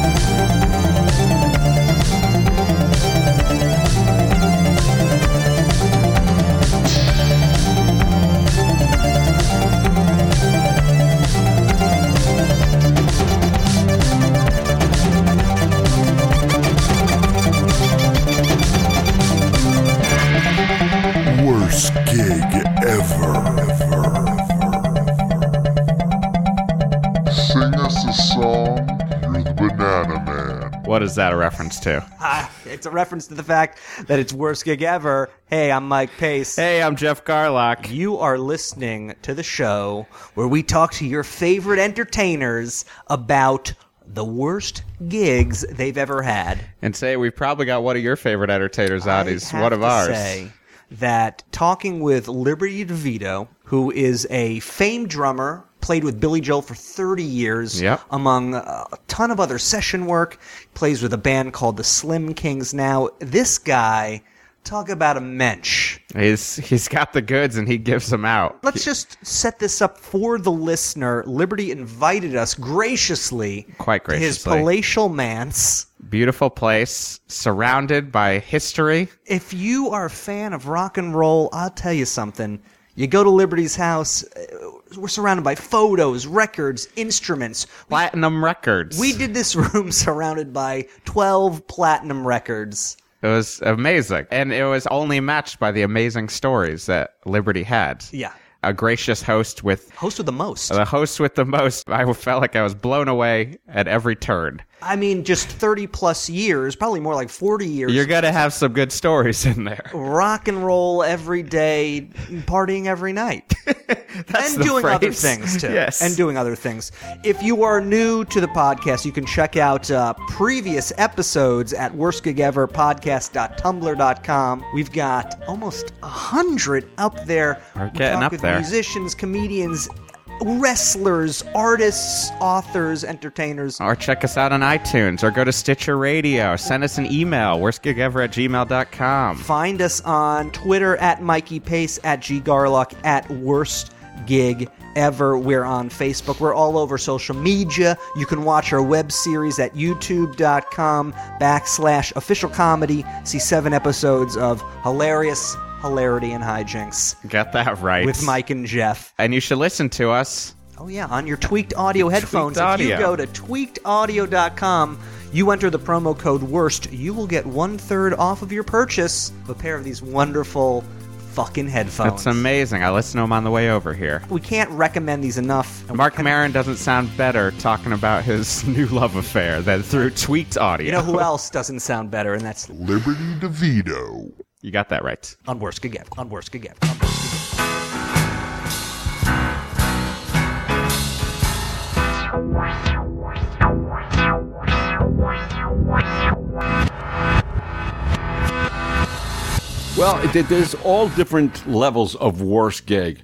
Worst gig ever. Sing us a song, you're the banana man. What is that a reference to? Ah, it's a reference to the fact that it's worst gig ever. Hey, I'm Mike Pace. Hey, I'm Jeff Garlock. You are listening to the show where we talk to your favorite entertainers about the worst gigs they've ever had. And say we've probably got one of your favorite entertainers out. He's I have one of to ours. Say that talking with Liberty DeVito, who is a famed drummer, played with Billy Joel for 30 years, Yep. among uh, a ton of other session work, plays with a band called the Slim Kings now. This guy, talk about a mensch. He's he's got the goods and he gives them out. Let's just set this up for the listener. Liberty invited us graciously, Quite to his graciously. palatial manse. Beautiful place, surrounded by history. if you are a fan of rock and roll, I'll tell you something. You go to Liberty's house, uh, we're surrounded by photos, records, instruments. Platinum Records. We did this room surrounded by 12 platinum records. It was amazing. And it was only matched by the amazing stories that Liberty had. Yeah. A gracious host with Host with the most. the host with the most. I felt like I was blown away at every turn. I mean, just 30 plus years, probably more like 40 years. You're going to have some good stories in there. rock and roll every day, partying every night. That's and the doing other phrase. things too. Yes. And doing other things. If you are new to the podcast, you can check out uh, previous episodes at worstgigeverpodcast.tumblr.com. We've got almost a hundred up there. We're We getting talk up with there. Musicians, comedians, wrestlers, artists, authors, entertainers. Or check us out on iTunes or go to Stitcher Radio. Send us an email, worstgigever at gmail.com. Find us on Twitter at Mikey Pace, at G Garlock, at Worst Gig Ever. We're on Facebook. We're all over social media. You can watch our web series at youtube.com backslash official comedy. See seven episodes of hilarious hilarity and hijinks Got that right. with Mike and Jeff. And you should listen to us. Oh, yeah, on your tweaked audio headphones. audio. If you go to tweakedaudio.com, you enter the promo code WORST, you will get one third off of your purchase of a pair of these wonderful fucking headphones. It's amazing. I listened to them on the way over here. we can't recommend these enough. Mark Maron doesn't sound better talking about his new love affair than through tweaked audio. You know who else doesn't sound better, and that's Liberty DeVito. You got that right. on Worst Gig Ever, on Worst Gig Ever, on Worst Gig Ever. Well, it- there's all different levels of worst gig.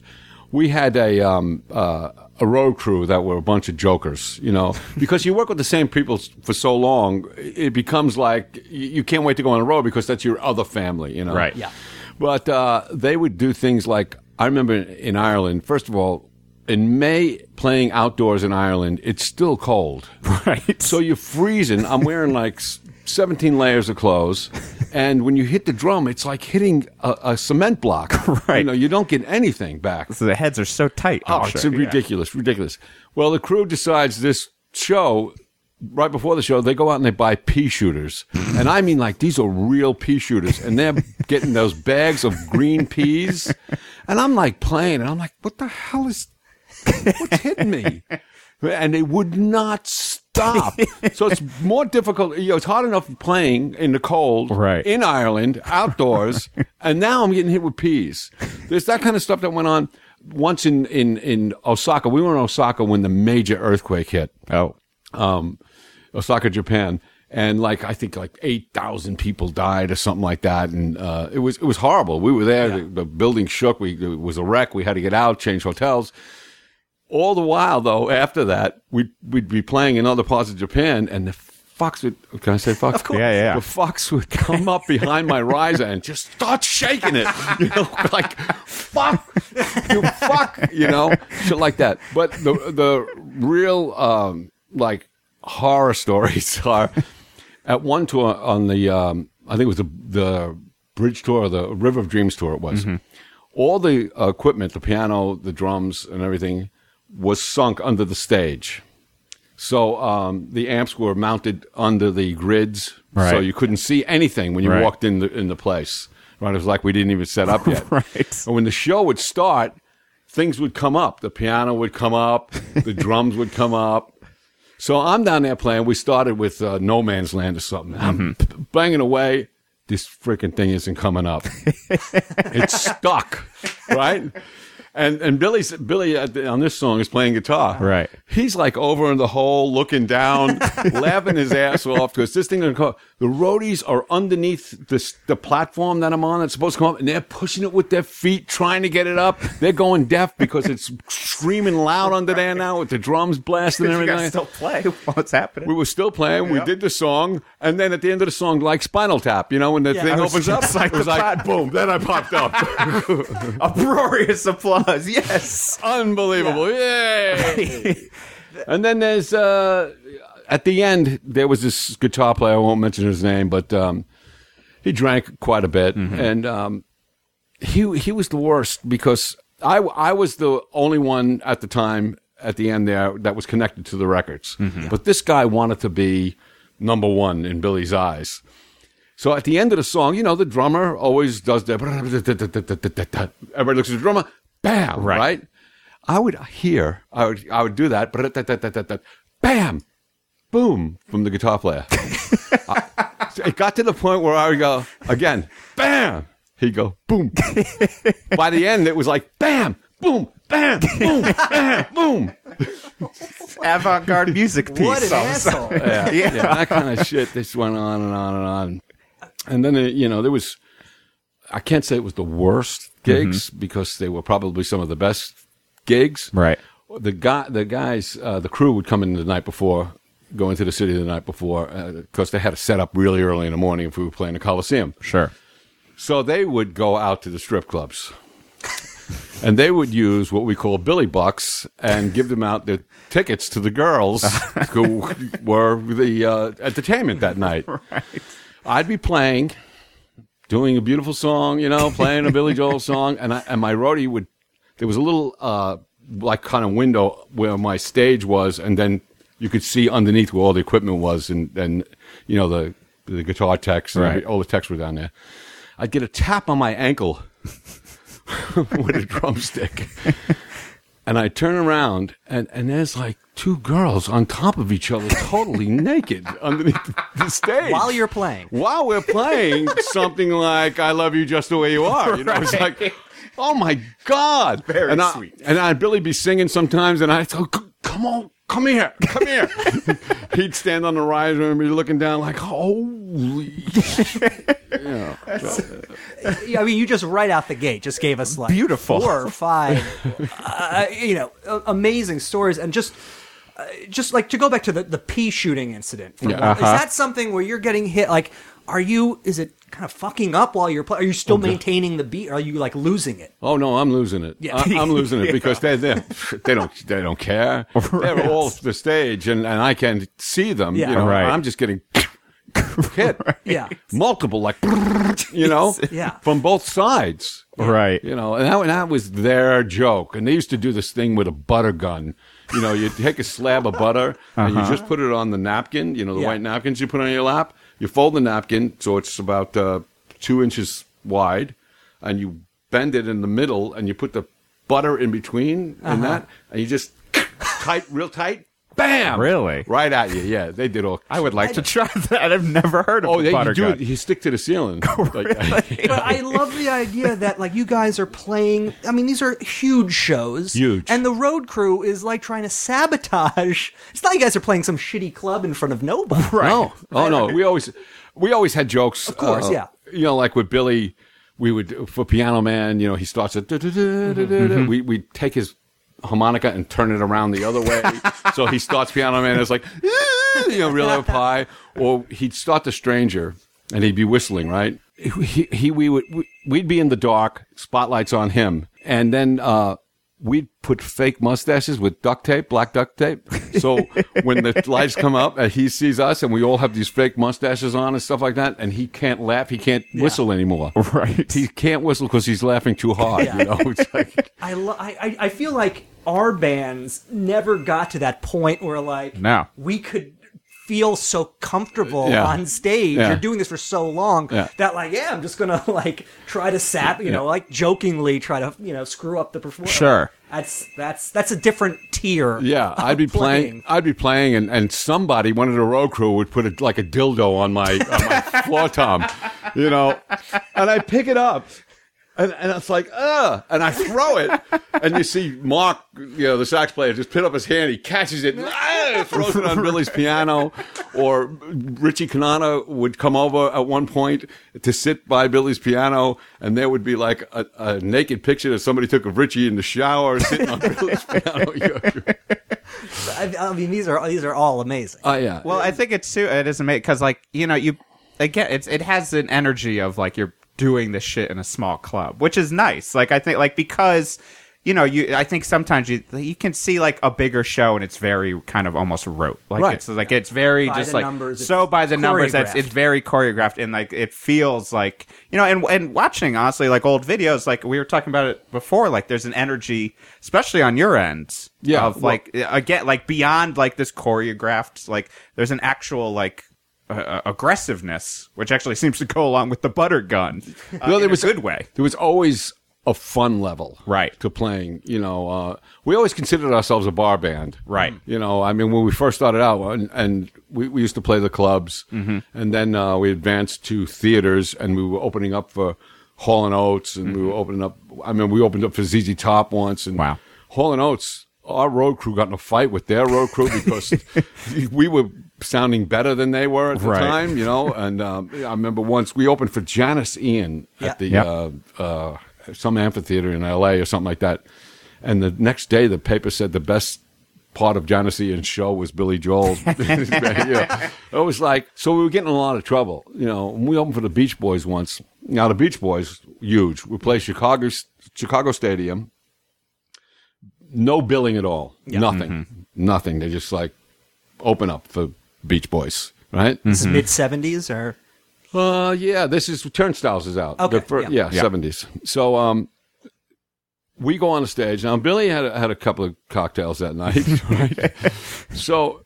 We had a um, uh, a road crew that were a bunch of jokers, you know, because you work with the same people s- for so long, it becomes like y- you can't wait to go on a road because that's your other family, you know. Right. Yeah. But uh, they would do things like I remember in Ireland. First of all, in May, playing outdoors in Ireland, it's still cold. Right. So you're freezing. I'm wearing like s- 17 layers of clothes. And when you hit the drum, it's like hitting a, a cement block. Right. You know, you don't get anything back. the heads are so tight. Oh, I'm it's sure. ridiculous, ridiculous. Well, the crew decides this show. Right before the show, they go out and they buy pea shooters, and I mean like these are real pea shooters, and they're getting those bags of green peas, and I'm like playing, and I'm like, what the hell is what's hitting me? And they would not stop. So it's more difficult. You know, it's hard enough playing in the cold, Right. In Ireland, outdoors, and now I'm getting hit with peas. There's that kind of stuff that went on once in in in Osaka. We were in Osaka when the major earthquake hit Oh. um, Osaka, Japan, and like I think like eight thousand people died or something like that, and uh, it was it was horrible. We were there; the, the building shook. We it was a wreck. We had to get out, change hotels. All the while, though, after that, we'd we'd be playing in other parts of Japan, and the fox would. Can I say fox? Of course. Yeah, yeah. The fox would come up behind my riser and just start shaking it. You know, like fuck, you fuck, you know, shit like that. But the the real um, like horror stories are at one tour on the um, I think it was the the bridge tour, the River of Dreams tour. It was all the uh, equipment, the piano, the drums, and everything was sunk under the stage. So um, the amps were mounted under the grids, so Right. you couldn't see anything when you Right. walked in the in the place. Right, it was like we didn't even set up yet. Right. And when the show would start, things would come up. The piano would come up. The drums would come up. So I'm down there playing. We started with uh, No Man's Land or something. I'm Mm-hmm. p- banging away. This freaking thing isn't coming up. it's stuck, right? And and Billy's Billy at the- on this song is playing guitar. Right. He's like over in the hole, looking down, laughing his ass off because this thing. gonna come- The roadies are underneath this the platform that I'm on. That's supposed to come up, and they're pushing it with their feet, trying to get it up. They're going deaf because it's screaming loud under there now with the drums blasting and You everything. guys still play while it's happening. We were still playing. We did the song, and then at the end of the song, like Spinal Tap, you know, when the thing I was opens up, just like it was the like pot. boom. Then I popped up. Uproarious applause. Yes. Unbelievable! Yay! and then there's uh, at the end there was this guitar player. I won't mention his name, but um, he drank quite a bit, and um, he he was the worst because I I was the only one at the time at the end there that was connected to the records, but this guy wanted to be number one in Billy's eyes. So at the end of the song, you know, the drummer always does that. Everybody looks at the drummer, bam, right? Right. I would hear, I would, I would do that, bam, boom, from the guitar player. I- it got to the point where I would go again, bam. He'd go, boom. By the end, it was like, bam, boom, bam, boom, bam, boom. Avant-garde music piece. What an all of a sudden. asshole. yeah, yeah. that kind of shit. This went on and on and on, and then uh, you know there was. I can't say it was the worst gigs because they were probably some of the best gigs. Right. The guy, the guys, uh, the crew would come in the night before, go into the city the night before because they had to set up really early in the morning if we were playing the Coliseum. Sure. So they would go out to the strip clubs. And they would use what we call Billy Bucks and give them out the tickets to the girls who were the uh, entertainment that night. I'd be playing, doing a beautiful song, you know, playing a Billy Joel song, and I, and my roadie would. There was a little uh, like kind of window where my stage was, and then you could see underneath where all the equipment was, and and you know the the guitar techs and Right. every- all the techs were down there. I'd get a tap on my ankle with a drumstick. And I turn around, and, and there's like two girls on top of each other, totally naked underneath the- the stage. While you're playing. while we're playing something like "I love you just the way you are," you know, it's like, oh my god, Very and I, sweet. And I'd Billy be singing sometimes, and I'd go, "C- "Come on, come here, come here." He'd stand on the riser and be looking down, like, "Holy Yeah, I mean, you just right out the gate just gave us like Beautiful. four or five, uh, you know, a- amazing stories, and just, uh, just like to go back to the the pea shooting incident. for Yeah. one, Is Uh-huh. that something where you're getting hit? Like, are you? Is it kind of fucking up while you're playing? Are you still maintaining the beat? Or are you like losing it? Oh no, I'm losing it. Yeah. I, am losing it because they're, they're they don't they don't care. They're all off the stage, and, and I can see them. Yeah. You know, Right. I'm just getting hit. Yeah. multiple like you know, Yeah. from both sides. Right. You know, and that, and that was their joke. And they used to do this thing with a butter gun. You know, you take a slab of butter and Uh-huh. you just put it on the napkin, you know, the Yeah. white napkins you put on your lap. You fold the napkin so it's about uh, two inches wide and you bend it in the middle and you put the butter in between Uh-huh. and that and you just tight, real tight. Bam! Really? Right at you. Yeah, they did all. I would like to try that. I've never heard of Oh, the they butter you do gun. Oh, it. You stick to the ceiling. Like- But I love the idea that like you guys are playing. I mean, these are huge shows, Huge. and the road crew is like trying to sabotage. It's not you guys are playing some shitty club in front of nobody, right? No. Oh no. We always we always had jokes. Of course, yeah. You know, like with Billy, we would for Piano Man. You know, he starts at Mm-hmm. we we take his harmonica and turn it around the other way, so he starts Piano Man. and It's like. you know, really up high. Or he'd start the stranger and he'd be whistling, right? He, he we would, we- we'd be in the dark, spotlights on him. And then, uh, we'd put fake mustaches with duct tape, black duct tape. So when the lights come up and he sees us and we all have these fake mustaches on and stuff like that, and he can't laugh, he can't whistle anymore. Right. He can't whistle because he's laughing too hard, you know? It's like, I, lo- I, I I feel like our bands never got to that point where like No. we could feel so comfortable Yeah. on stage. Yeah. You're doing this for so long Yeah. that like yeah, I'm just gonna like try to sap, you know, like jokingly try to you know screw up the performance. Sure. that's that's that's a different tier. Yeah, of I'd be playing. I'd be playing, and, and somebody, one of the road crew, would put a, like a dildo on my, on my floor tom, you know, and I pick it up, and, and it's like, ugh, and I throw it, and you see Mark, you know, the sax player, just put up his hand, he catches it, and, ah, throws it on Billy's piano, or Richie Canana would come over at one point to sit by Billy's piano, and there would be like a, a naked picture that somebody took of Richie in the shower sitting on Billy's piano. I, I mean, these are these are all amazing. Oh yeah. Well, I think it's too. It is amazing because, like, you know, you again, it's it has an energy of like you're doing this shit in a small club, which is nice. Like, I think, like, because you know, you I think sometimes you you can see like a bigger show and it's very kind of almost rote. Like, Right. it's like it's very By just the like numbers, so it's by the numbers. That's choreographed. it's very choreographed and like it feels like you know. And and watching honestly, like old videos, like we were talking about it before. Like, there's an energy, especially on your end, Yeah, of well- like again like beyond like this choreographed like there's an actual like uh, aggressiveness which actually seems to go along with the butter gun uh, Well, in there was a good way There was always a fun level, Right. to playing. You know, uh, we always considered ourselves a bar band, Right. You know, I mean, when we first started out, and, and we, we used to play the clubs, Mm-hmm. and then uh, we advanced to theaters, and we were opening up for Hall and Oates, and we were opening up. I mean, we opened up for ZZ Top once, and Mm-hmm. Wow. Hall and Oates. Our road crew got in a fight with their road crew because we were sounding better than they were at the Right. time, you know. And um, I remember once we opened for Janice Ian Yeah. at the Yep. uh, uh, some amphitheater in L.A. or something like that. And the next day, the paper said the best part of Janice Ian's show was Billy Joel's. yeah. It was like so we were getting in a lot of trouble, you know. And we opened for the Beach Boys once. Now the Beach Boys huge. We play Chicago Chicago Stadium. No billing at all. Nothing. Mm-hmm. Nothing. They just like open up for Beach Boys, right? This is mid seventies or Uh, yeah, this is Turnstiles is out. Okay, The fir- yeah. yeah, Yeah. seventies. So, um, we go on the stage now. Billy had a, had a couple of cocktails that night, right? so,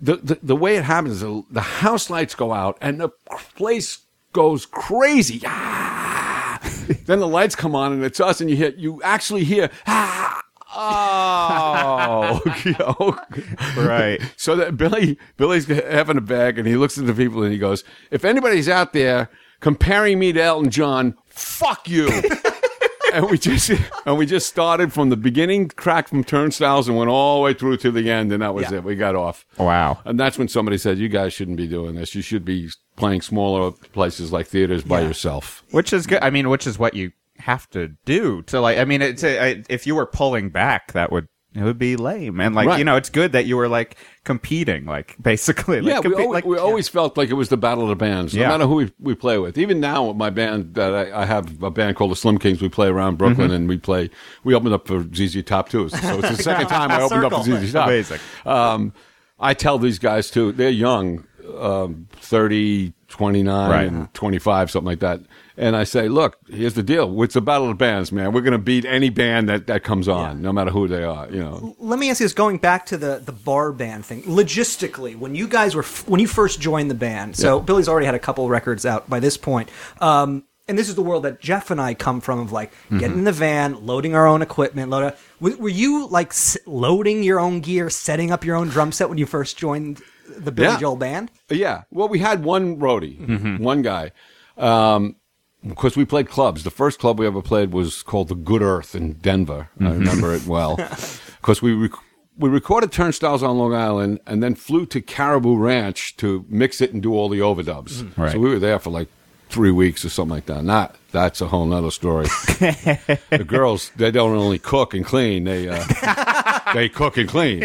the, the the way it happens, the, the house lights go out and the place goes crazy. Ah! then the lights come on and it's us, and you hear you actually hear. Ah! Oh, you know? right So that Billy Billy's having a bag, and he looks at the people and he goes, "If anybody's out there comparing me to Elton John, fuck you." and we just and we just started from the beginning, cracked from turnstiles, and went all the way through to the end, and that was Yeah. it. We got off. Wow. And that's when somebody said, "You guys shouldn't be doing this. You should be playing smaller places like theaters by yourself." which is good i mean which is what you have to do to like i mean it's a, I, if you were pulling back that would it would be lame and like Right. you know it's good that you were like competing like basically like, yeah, we, compe- always, like we always felt like it was the battle of the bands, no Yeah. matter who we, we play with. Even now, with my band that I, I have a band called the Slim Kings, we play around Brooklyn, Mm-hmm. and we play. We opened up for ZZ Top too, so it's the second time I opened up for Circle. ZZ Top. Amazing. Um, I tell these guys too; they're young, um, 30, 29, Right. and 25, something like that. And I say, look, here's the deal: it's the battle of the bands, man. We're going to beat any band that, that comes on, no matter who they are. You know, let me ask you this going back to the the bar band thing logistically when you guys were f- when you first joined the band so billy's already had a couple records out by this point um and this is the world that jeff and i come from of like getting in the van loading our own equipment load up. Were, were you like s- loading your own gear setting up your own drum set when you first joined the billy Yeah. joel band Yeah. Well, we had one roadie, one guy. Um, because we played clubs. The first club we ever played was called the Good Earth in Denver. I remember it well. Because we rec- we recorded Turnstiles on Long Island and then flew to Caribou Ranch to mix it and do all the overdubs. Right. So we were there for like three weeks or something like that. Not that's a whole nother story. the girls they don't only cook and clean; they uh, they cook and clean.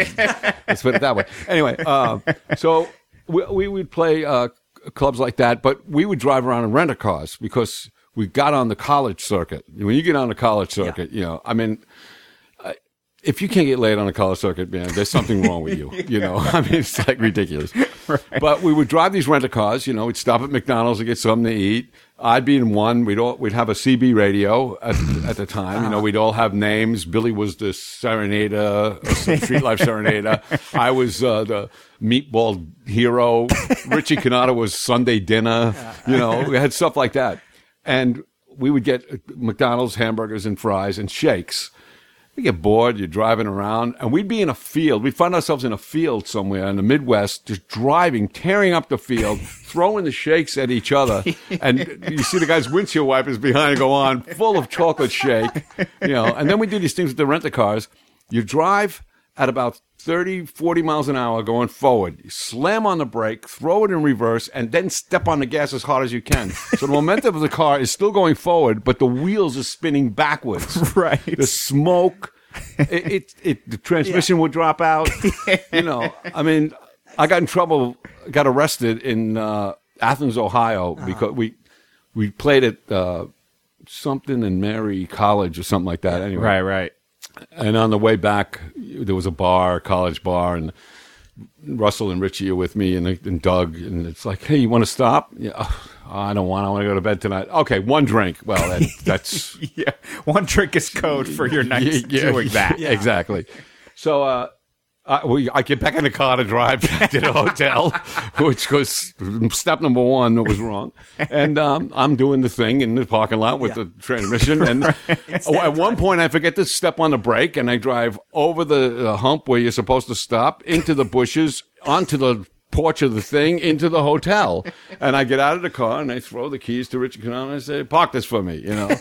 Let's put it that way. Anyway, uh, so we, we would play uh, clubs like that, but we would drive around and rent a cars because we got on the college circuit. When you get on the college circuit, you know, I mean, I- if you can't get laid on the college circuit, man, there's something wrong with you. You know, I mean, it's like ridiculous. But we would drive these rental cars. You know, we'd stop at McDonald's and get something to eat. I'd be in one. We'd all we'd have a CB radio at, at the time. You know, we'd all have names. Billy was the serenader, or some streetlife serenader. I was uh, the meatball hero. Richie Canada was Sunday dinner. You know, we had stuff like that, and we would get uh, McDonald's hamburgers and fries and shakes. We get bored, you're driving around, and we'd be in a field. We'd find ourselves in a field somewhere in the Midwest, just driving, tearing up the field, throwing the shakes at each other. And you see the guy's windshield wipers behind go on, full of chocolate shake. You know, and then we do these things with the rental cars. You drive at about 30, 40 miles an hour going forward. You slam on the brake, throw it in reverse, and then step on the gas as hard as you can. So the momentum of the car is still going forward, but the wheels are spinning backwards. Right. The smoke. it, it, it the transmission would drop out. You know, I mean, I got in trouble, got arrested in uh, Athens, Ohio, because we we played at uh, something in Mary College or something like that. Anyway, Right, right. and on the way back, there was a bar, a college bar, and Russell and Richie are with me, and, and Doug, and it's like, hey, you want to stop? Yeah, "Oh, I don't want. I want to go to bed tonight. Okay, one drink. Well, that, that's Yeah. One drink is code for your night doing that. yeah, exactly. So uh, I, we, I get back in the car to drive back to the hotel, which was step number one that was wrong. And um, I'm doing the thing in the parking lot with the transmission. And oh, at one point, I forget to step on the brake, and I drive over the, the hump where you're supposed to stop into the bushes, onto the porch of the thing into the hotel and I get out of the car and I throw the keys to Richard Canal and I say park this for me you know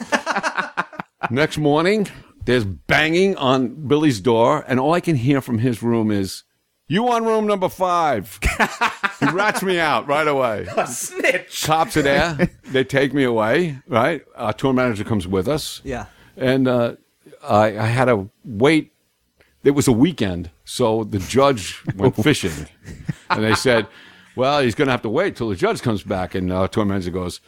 Next morning, there's banging on Billy's door, and all I can hear from his room is, "You on room number five? he rats me out right away. Snitch. Cops are there. They take me away. Right. Our tour manager comes with us. Yeah. And uh, I, I had to wait. It was a weekend, so the judge went fishing, and they said, "Well, he's going to have to wait till the judge comes back." And uh, tour manager goes,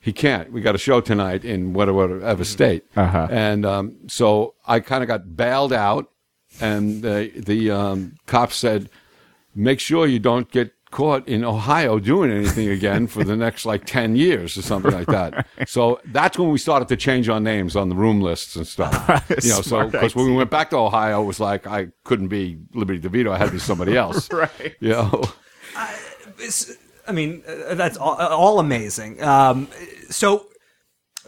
"He can't. We got a show tonight in whatever, whatever state." Uh-huh. And um, so I kind of got bailed out, and the the um, cops said, "Make sure you don't get." caught in ohio doing anything again for the next like 10 years or something like that so that's when we started to change our names on the room lists and stuff you know so Smart because when we went back to ohio it was like i couldn't be liberty devito i had to be somebody else Right. you know It's- I mean, uh, that's all, all amazing. Um, so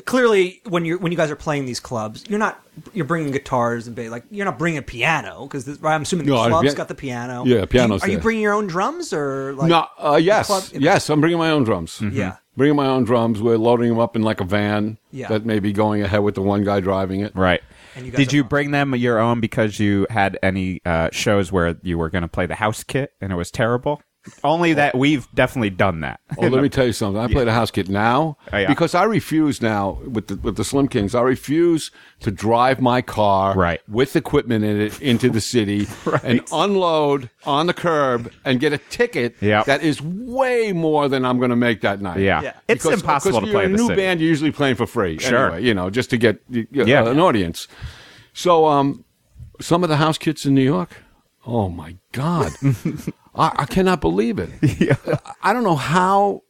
clearly, when you are when you guys are playing these clubs, you're not you're bringing guitars and ba- like you're not bringing a piano because I'm assuming the No, I- club's yeah. got the piano. Yeah, Do you- piano's Are you there. bringing your own drums or like? no uh, yes club- yes i'm bringing my own drums Yeah. bringing my own drums we're loading them up in like a van Yeah. that may be going ahead with the one guy driving it Right. And you guys Did are you fine. bring them your own because you had any uh, shows where you were going to play the house kit and it was terrible? Only that we've definitely done that. Oh, let me tell you something. I play the house kit now Oh, yeah. because I refuse now with the, with the Slim Kings. I refuse to drive my car Right. with equipment in it into the city and unload on the curb and get a ticket Yep. that is way more than I'm going to make that night. Yeah. Yeah. It's Because- impossible because to play You're in a the new city. band. You're usually playing for free. Sure. anyway, you know, just to get you know, Yeah. an audience. So, um, some of the house kits in New York. Oh my God, I, I cannot believe it. I don't know how.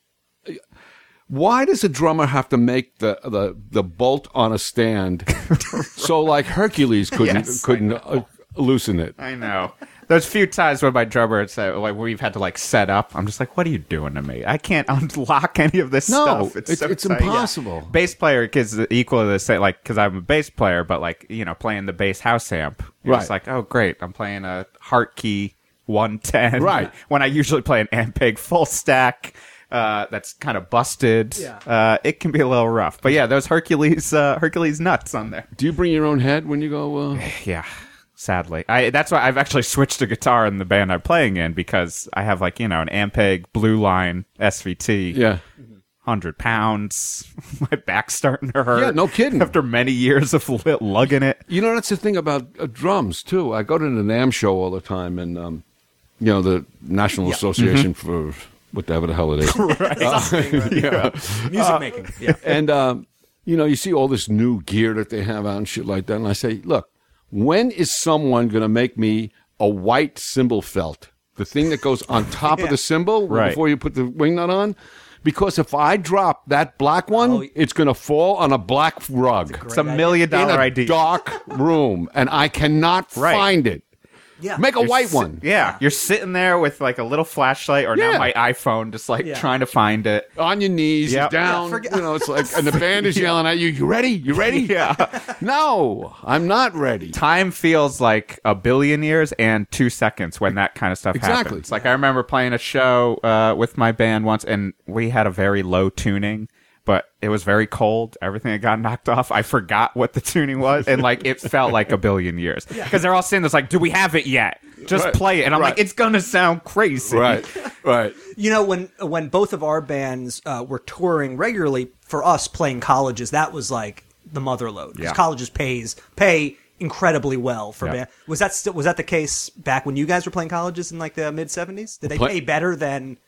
Why does a drummer have to make the the, the bolt on a stand? so like Hercules couldn't Yes, I couldn't uh, loosen it. I know. There's few times when my drummer had said, like, we've had to like set up. I'm just like, what are you doing to me? I can't unlock any of this No, stuff. it's- so it's exciting. impossible. Bass player is equal to the same, like, because I'm a bass player, but like, you know, playing the bass house amp. You're just Right. like, oh, great. I'm playing a heart key 110. Right. When I usually play an Ampeg full stack. Uh, that's kind of busted. Yeah. Uh, it can be a little rough, but yeah, those Hercules uh, Hercules nuts on there. Do you bring your own head when you go? Uh, Yeah, sadly, I that's why I've actually switched to guitar in the band I'm playing in because I have like you know an Ampeg Blue Line SVT, yeah, hundred pounds. My back's starting to hurt. Yeah, no kidding. After many years of li- lugging it, You know, that's the thing about uh, drums too. I go to the NAM show all the time, and um, you know the National Association for whatever the hell it is. Uh, Music making. Yeah. and um, you know, you see all this new gear that they have out and shit like that. And I say, look, when is someone going to make me a white cymbal felt? The thing that goes on top of the cymbal Right. before you put the wing nut on? Because if I drop that black one, it's going to fall on a black rug Oh, it's a million in a dollar idea. dark room, and I cannot Right. find it. Yeah. Make a You're white si- one. Yeah, you're sitting there with like a little flashlight or Yeah. now my iPhone, just like Yeah. trying to find it. on your knees, Yeah. down. Yeah, forget- you know, it's like, and the band is yelling at you. You ready? You ready? Yeah, No, I'm not ready. time feels like a billion years and two seconds when that kind of stuff Exactly. happens. Like I remember playing a show uh, with my band once, and we had a very low tuning, but it was very cold. Everything had got knocked off. I forgot what the tuning was, and like it felt like a billion years because they're all sitting there it's like, "Do we have it yet? Just Right. play it." And I'm Right. like, "It's gonna sound crazy." Right, right. You know, when when both of our bands uh, were touring regularly for us playing colleges, that was like the mother load because Yeah. colleges pays pay incredibly well for Yeah. band. Was that still was that the case back when you guys were playing colleges in like the mid seventies? Did they Play- pay better than?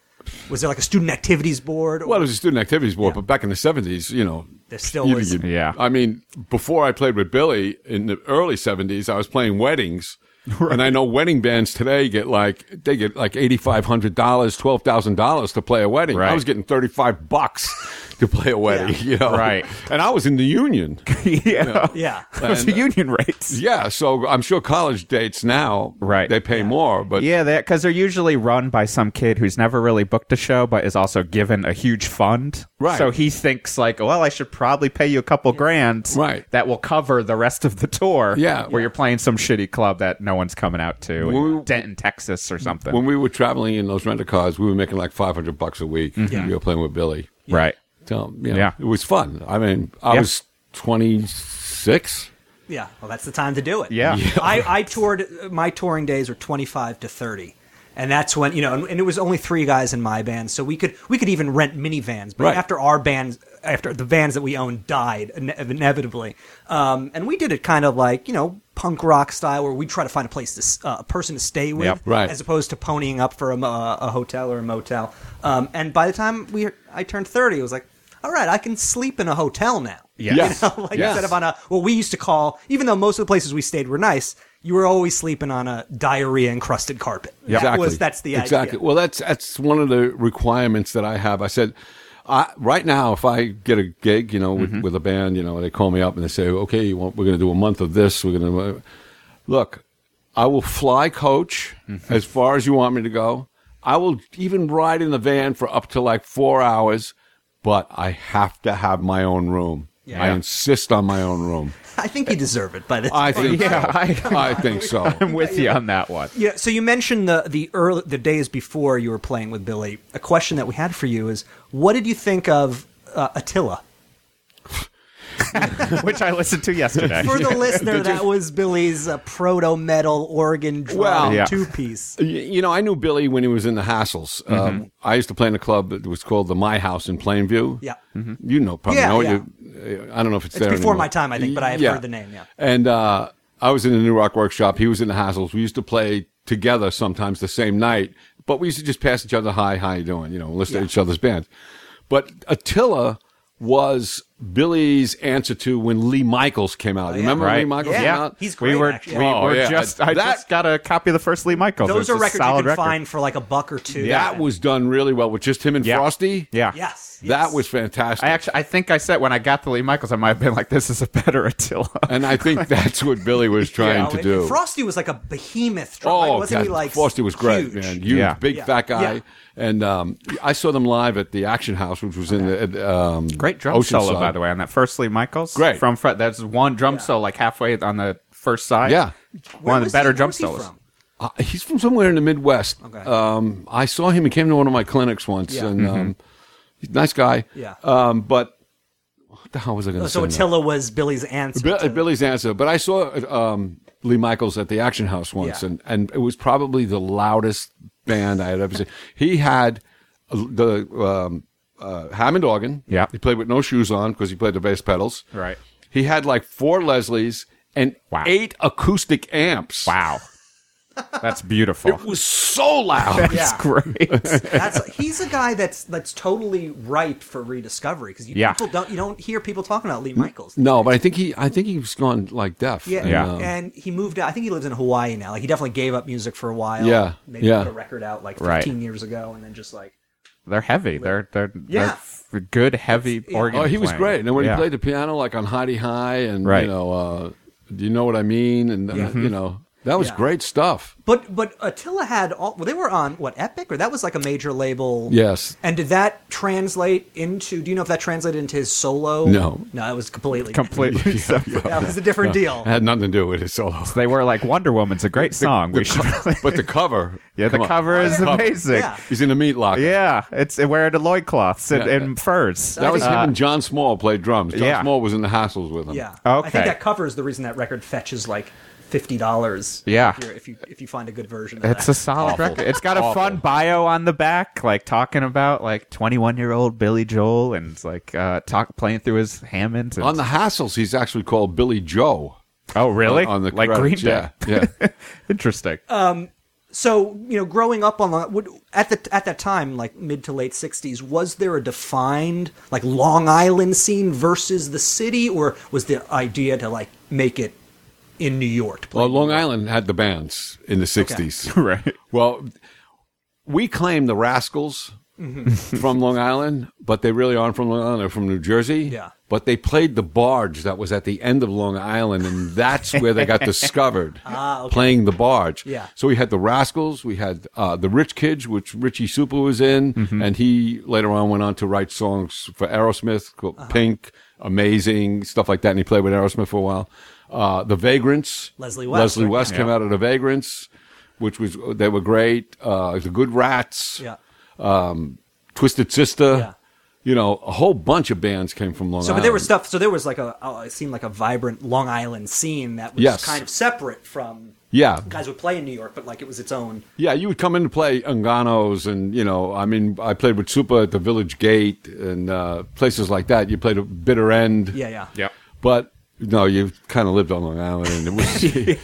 Was there like a student activities board? Or, Well, it was a student activities board, but back in the seventies, you know, There still was- Yeah. I mean, before I played with Billy in the early seventies, I was playing weddings, and I know wedding bands today get like they get like eighty five hundred dollars, twelve thousand dollars to play a wedding. I Right. was getting thirty five bucks to play a wedding, you know, Right. And I was in the union. yeah, yeah. Those are union rates. Yeah, so I'm sure college dates now, Right. They pay more, but Yeah, because they're usually run by some kid who's never really booked a show, but is also given a huge fund. Right. So he thinks like, well, I should probably pay you a couple grand. Right. That will cover the rest of the tour. Yeah. Where you're playing some shitty club that no one's coming out to, in Well, Denton, Texas, or something. when we were traveling in those rental cars, we were making like five hundred bucks a week. Mm-hmm. We were playing with Billy. right. So, you know, Yeah. it was fun. I mean, I Yeah. was 26. Yeah, well, that's the time to do it. Yeah. Yeah. I, I toured. My touring days were twenty five to thirty, and that's when you know. And, and it was only three guys in my band, so we could we could even rent minivans. But Right. after our bands, after the vans that we owned died ine- inevitably, um, and we did it kind of like you know punk rock style, where we try to find a place to s- uh, a person to stay with, Yep. Right. as opposed to ponying up for a, mo- uh, a hotel or a motel. Um, and by the time we I turned thirty, it was like. All right, I can sleep in a hotel now. Yes. You know, like Yes. instead of on a what we used to call, even though most of the places we stayed were nice, you were always sleeping on a diarrhea encrusted carpet. That was that's the idea. Exactly. Well, that's that's one of the requirements that I have. I said, I, right now, if I get a gig, you know, with, Mm-hmm. with a band, you know, they call me up and they say, okay, you want, we're going to do a month of this. We're going to look. I will fly coach Mm-hmm. as far as you want me to go. I will even ride in the van for up to like four hours, but I have to have my own room. I insist on my own room. I think you deserve it by this. I think Yeah, so. I, I- think so. I'm with you on that one. yeah, so you mentioned the the early the days before you were playing with Billy. A question that we had for you is, what did you think of uh, Attila? Which I listened to yesterday. For the listener, that was Billy's uh, proto metal organ drum Well- Yeah. two piece. Y- You know, I knew Billy when he was in the Hassles. Um, I used to play in a club that was called the My House in Plainview. Yeah. you know, probably Yeah, know it. yeah. You- I don't know if it's, It's there before anymore. my time, I think, but I have Yeah. heard the name. Yeah, And uh, I was in the New Rock Workshop. He was in the Hassles. We used to play together sometimes the same night, but we used to just pass each other, "Hi, how you doing?" You know, listen to each other's bands. But Attila was Billy's answer to when Lee Michaels came out. Remember when Lee Right. Michaels came Oh, yeah, out? he's great. we were, actually. we Oh, were yeah. just, I That- just got a copy of the first Lee Michaels. Those It's are a records you solid can record. find for like a buck or two. That was done really well with just him and Yeah. Frosty. Yeah. yes, That yes. was fantastic. I actually, I think I said when I got the Lee Michaels, I might have been like, "This is a better Attila." And I think that's what Billy was trying to it- do. Frosty was like a behemoth. Drum. oh, like, wasn't God. he like Frosty was great, huge? man. Huge, Yeah. big, Yeah. fat guy. Yeah. And um, I saw them live at the Action House, which was in the at, um, Great drum Oceanside. solo, by the way, on that first Lee Michaels. Great. From front, that's one drum solo, like halfway on the first side. Yeah. Where One of was the better he- where drum was he solos. from? Uh, he's from somewhere in the Midwest. Okay. Um, I saw him. He came to one of my clinics once, Yeah. Mm-hmm. and um, he's a nice guy. Yeah. Oh, Um, but what the hell was I going to say? So now? Attila was Billy's answer. uh, Bill, uh, to- Billy's answer, but I saw um, Lee Michaels at the Action House once, Yeah. and, and it was probably uh, the loudest band I had ever seen. He had the um, uh, Hammond organ. Yeah. He played with no shoes on because he played the bass pedals. Right. He had like four Leslies and Wow. eight acoustic amps. Wow. That's beautiful. It was so loud. That's Yeah. great. That's he's a guy that's that's totally ripe for rediscovery because you Yeah. people don't you don't hear people talking about Lee Michaels. no, but I think he I think he was gone like deaf. Yeah, And, Yeah. um, and he moved out. I think he lives in Hawaii now. Like he definitely gave up music for a while. Yeah, maybe yeah. put a record out like 15 Right. years ago, and then just like they're heavy. They're they're, Yeah. they're f- good heavy organ. Oh, he was playing. great. And then when Yeah. he played the piano, like on Heidi High, and Right. you know, uh, do you know what I mean? And uh, you know, that was Yeah. great stuff. But but Attila had all. Well, they were on what Epic or that was like a major label. Yes. And did that translate into? Do you know if that translated into his solo? No. No, it was completely. completely separate. that was a different It deal. had nothing to do with his solo. They were like Wonder Woman's a great song. we should. but the cover, yeah, the come on. cover is Cover. amazing. Oh, Yeah. Yeah. He's in a meat locker. it's wearing the loincloths and, Yeah. and Oh, furs. that was Uh, him and John Small played drums. John yeah. Small was in the hassles with him. Yeah. I Okay. think that covers the reason that record fetches like fifty dollars. Yeah. If, you're- if you if you find a good version. Of It's that. a solid Awful. record. It's got a Awful. fun bio on the back, like talking about like 21 year old Billy Joel and it's like uh, talk playing through his Hammond. And, On the hassles, he's actually called Billy Joe. oh, really? On the like credits. Green yeah, Day. yeah. Interesting. so you know, growing up on Long- would, at the at that time, like mid to late '60s, was there a defined like Long Island scene versus the city, or was the idea to like make it in New York? to play Well, Long Island had the bands in the '60s. right. Well, we claim the Rascals from Long Island, but they really aren't from Long Island. They're from New Jersey. Yeah. But they played the barge that was at the end of Long Island, and that's where they got discovered playing the barge. Yeah. So we had the Rascals, we had uh, the Rich Kids, which Richie Super was in, and he later on went on to write songs for Aerosmith, called Pink, Amazing, stuff like that, and he played with Aerosmith for a while. Uh, the Vagrants, Leslie West, Leslie right? West came out of the Vagrants, which was they were great. Uh, the Good Rats, um, Yeah. Twisted Sister, Yeah. you know, a whole bunch of bands came from Long So, Island. but there was stuff. So there was like a, a it seemed like a vibrant Long Island scene that was Yes. kind of separate from Yeah, guys would play in New York, but like it was its own. yeah. You would come in to play Nganos, and you know, I mean, I played with Supa at the Village Gate and uh, places like that. You played at Bitter End. Yeah, yeah. Yep. But no, you kind of lived on Long Island, and it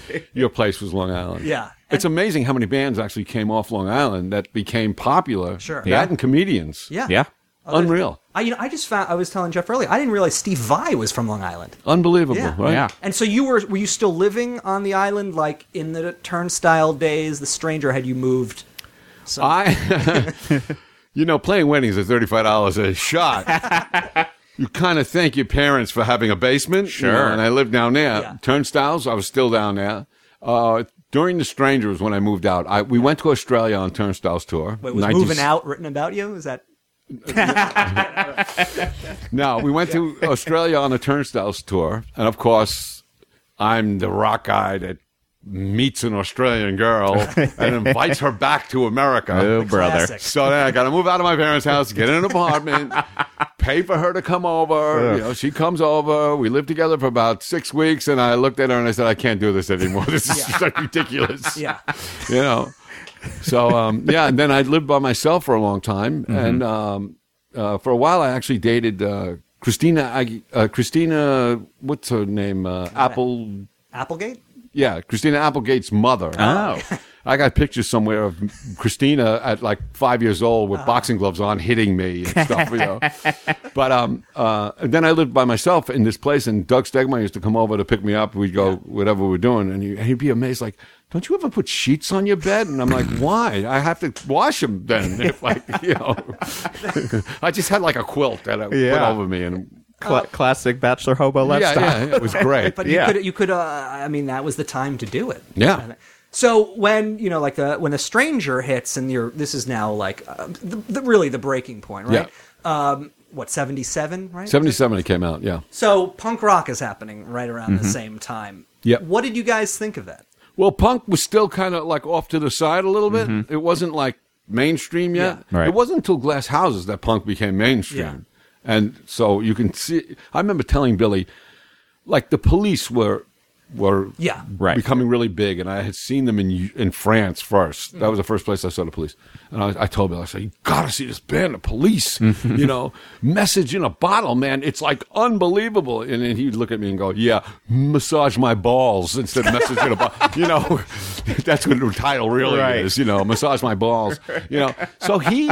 was, your place was Long Island. Yeah. it's amazing how many bands actually came off Long Island that became popular. Sure. that Yeah. and comedians. Yeah. Yeah. unreal, I you know I just found I was telling Jeff earlier I didn't realize Steve Vai was from Long Island. unbelievable. Right? Yeah. And so you were were you still living on the island like in the turnstile days, the stranger had you moved? I, you know, playing weddings at thirty five dollars a shot. you kind of thank your parents for having a basement. you know, Sure. and I lived down there. Yeah. Turnstiles, I was still down there. Uh, during the Strangers, when I moved out, I, we went to Australia on Turnstiles tour. Wait, was 19 moving out written about you? Is that No, we went to Australia on a Turnstiles tour, and of course, I'm the rock guy that meets an Australian girl and invites her back to America. Oh, brother. classic? So then I got to move out of my parents' house, get in an apartment, pay for her to come over. You know, she comes over. We lived together for about six weeks, and I looked at her and I said, "I can't do this anymore. This is so ridiculous." Yeah. you know. So um, yeah, and then I lived by myself for a long time, and um, uh, for a while I actually dated uh, Christina. Ag- uh, Christina, what's her name? Uh, Apple. Applegate? Yeah, Christina Applegate's mother. Oh. I got pictures somewhere of Christina at like five years old Oh. with boxing gloves on, hitting me and stuff. You know, but um, uh, and then I lived by myself in this place, and Doug Stegman used to come over to pick me up. We'd go whatever we're doing, and, he, and he'd be amazed, like, "Don't you ever put sheets on your bed?" And I'm like, "Why? I have to wash them then." If like, you know, I just had like a quilt that I put Yeah. over me, and Cla- classic bachelor hobo yeah, lifestyle. yeah, it was great. But Yeah. you could you could uh, I mean that was the time to do it. Yeah. So when you know like the when the stranger hits and you're this is now like uh, the, the, really the breaking point, right? Um, what 77, right? Seventy-seven, it came out. Yeah. So punk rock is happening right around the same time. Yep. What did you guys think of that? Well, punk was still kind of like off to the side a little bit. It wasn't like mainstream yet. Yeah. Right. It wasn't until Glass Houses that punk became mainstream. Yeah. And so you can see, I remember telling Billy, like the police were were Yeah. Right. becoming really big, and I had seen them in U- in France first. That was the first place I saw the police, and I, I told Bill, I said, "You got to see this band, the police. you know, message in a bottle, man. It's like unbelievable." And then he'd look at me and go, "Yeah, massage my balls instead of message in a bottle." You know, that's what the title really Right. is. You know, massage my balls. You know, so he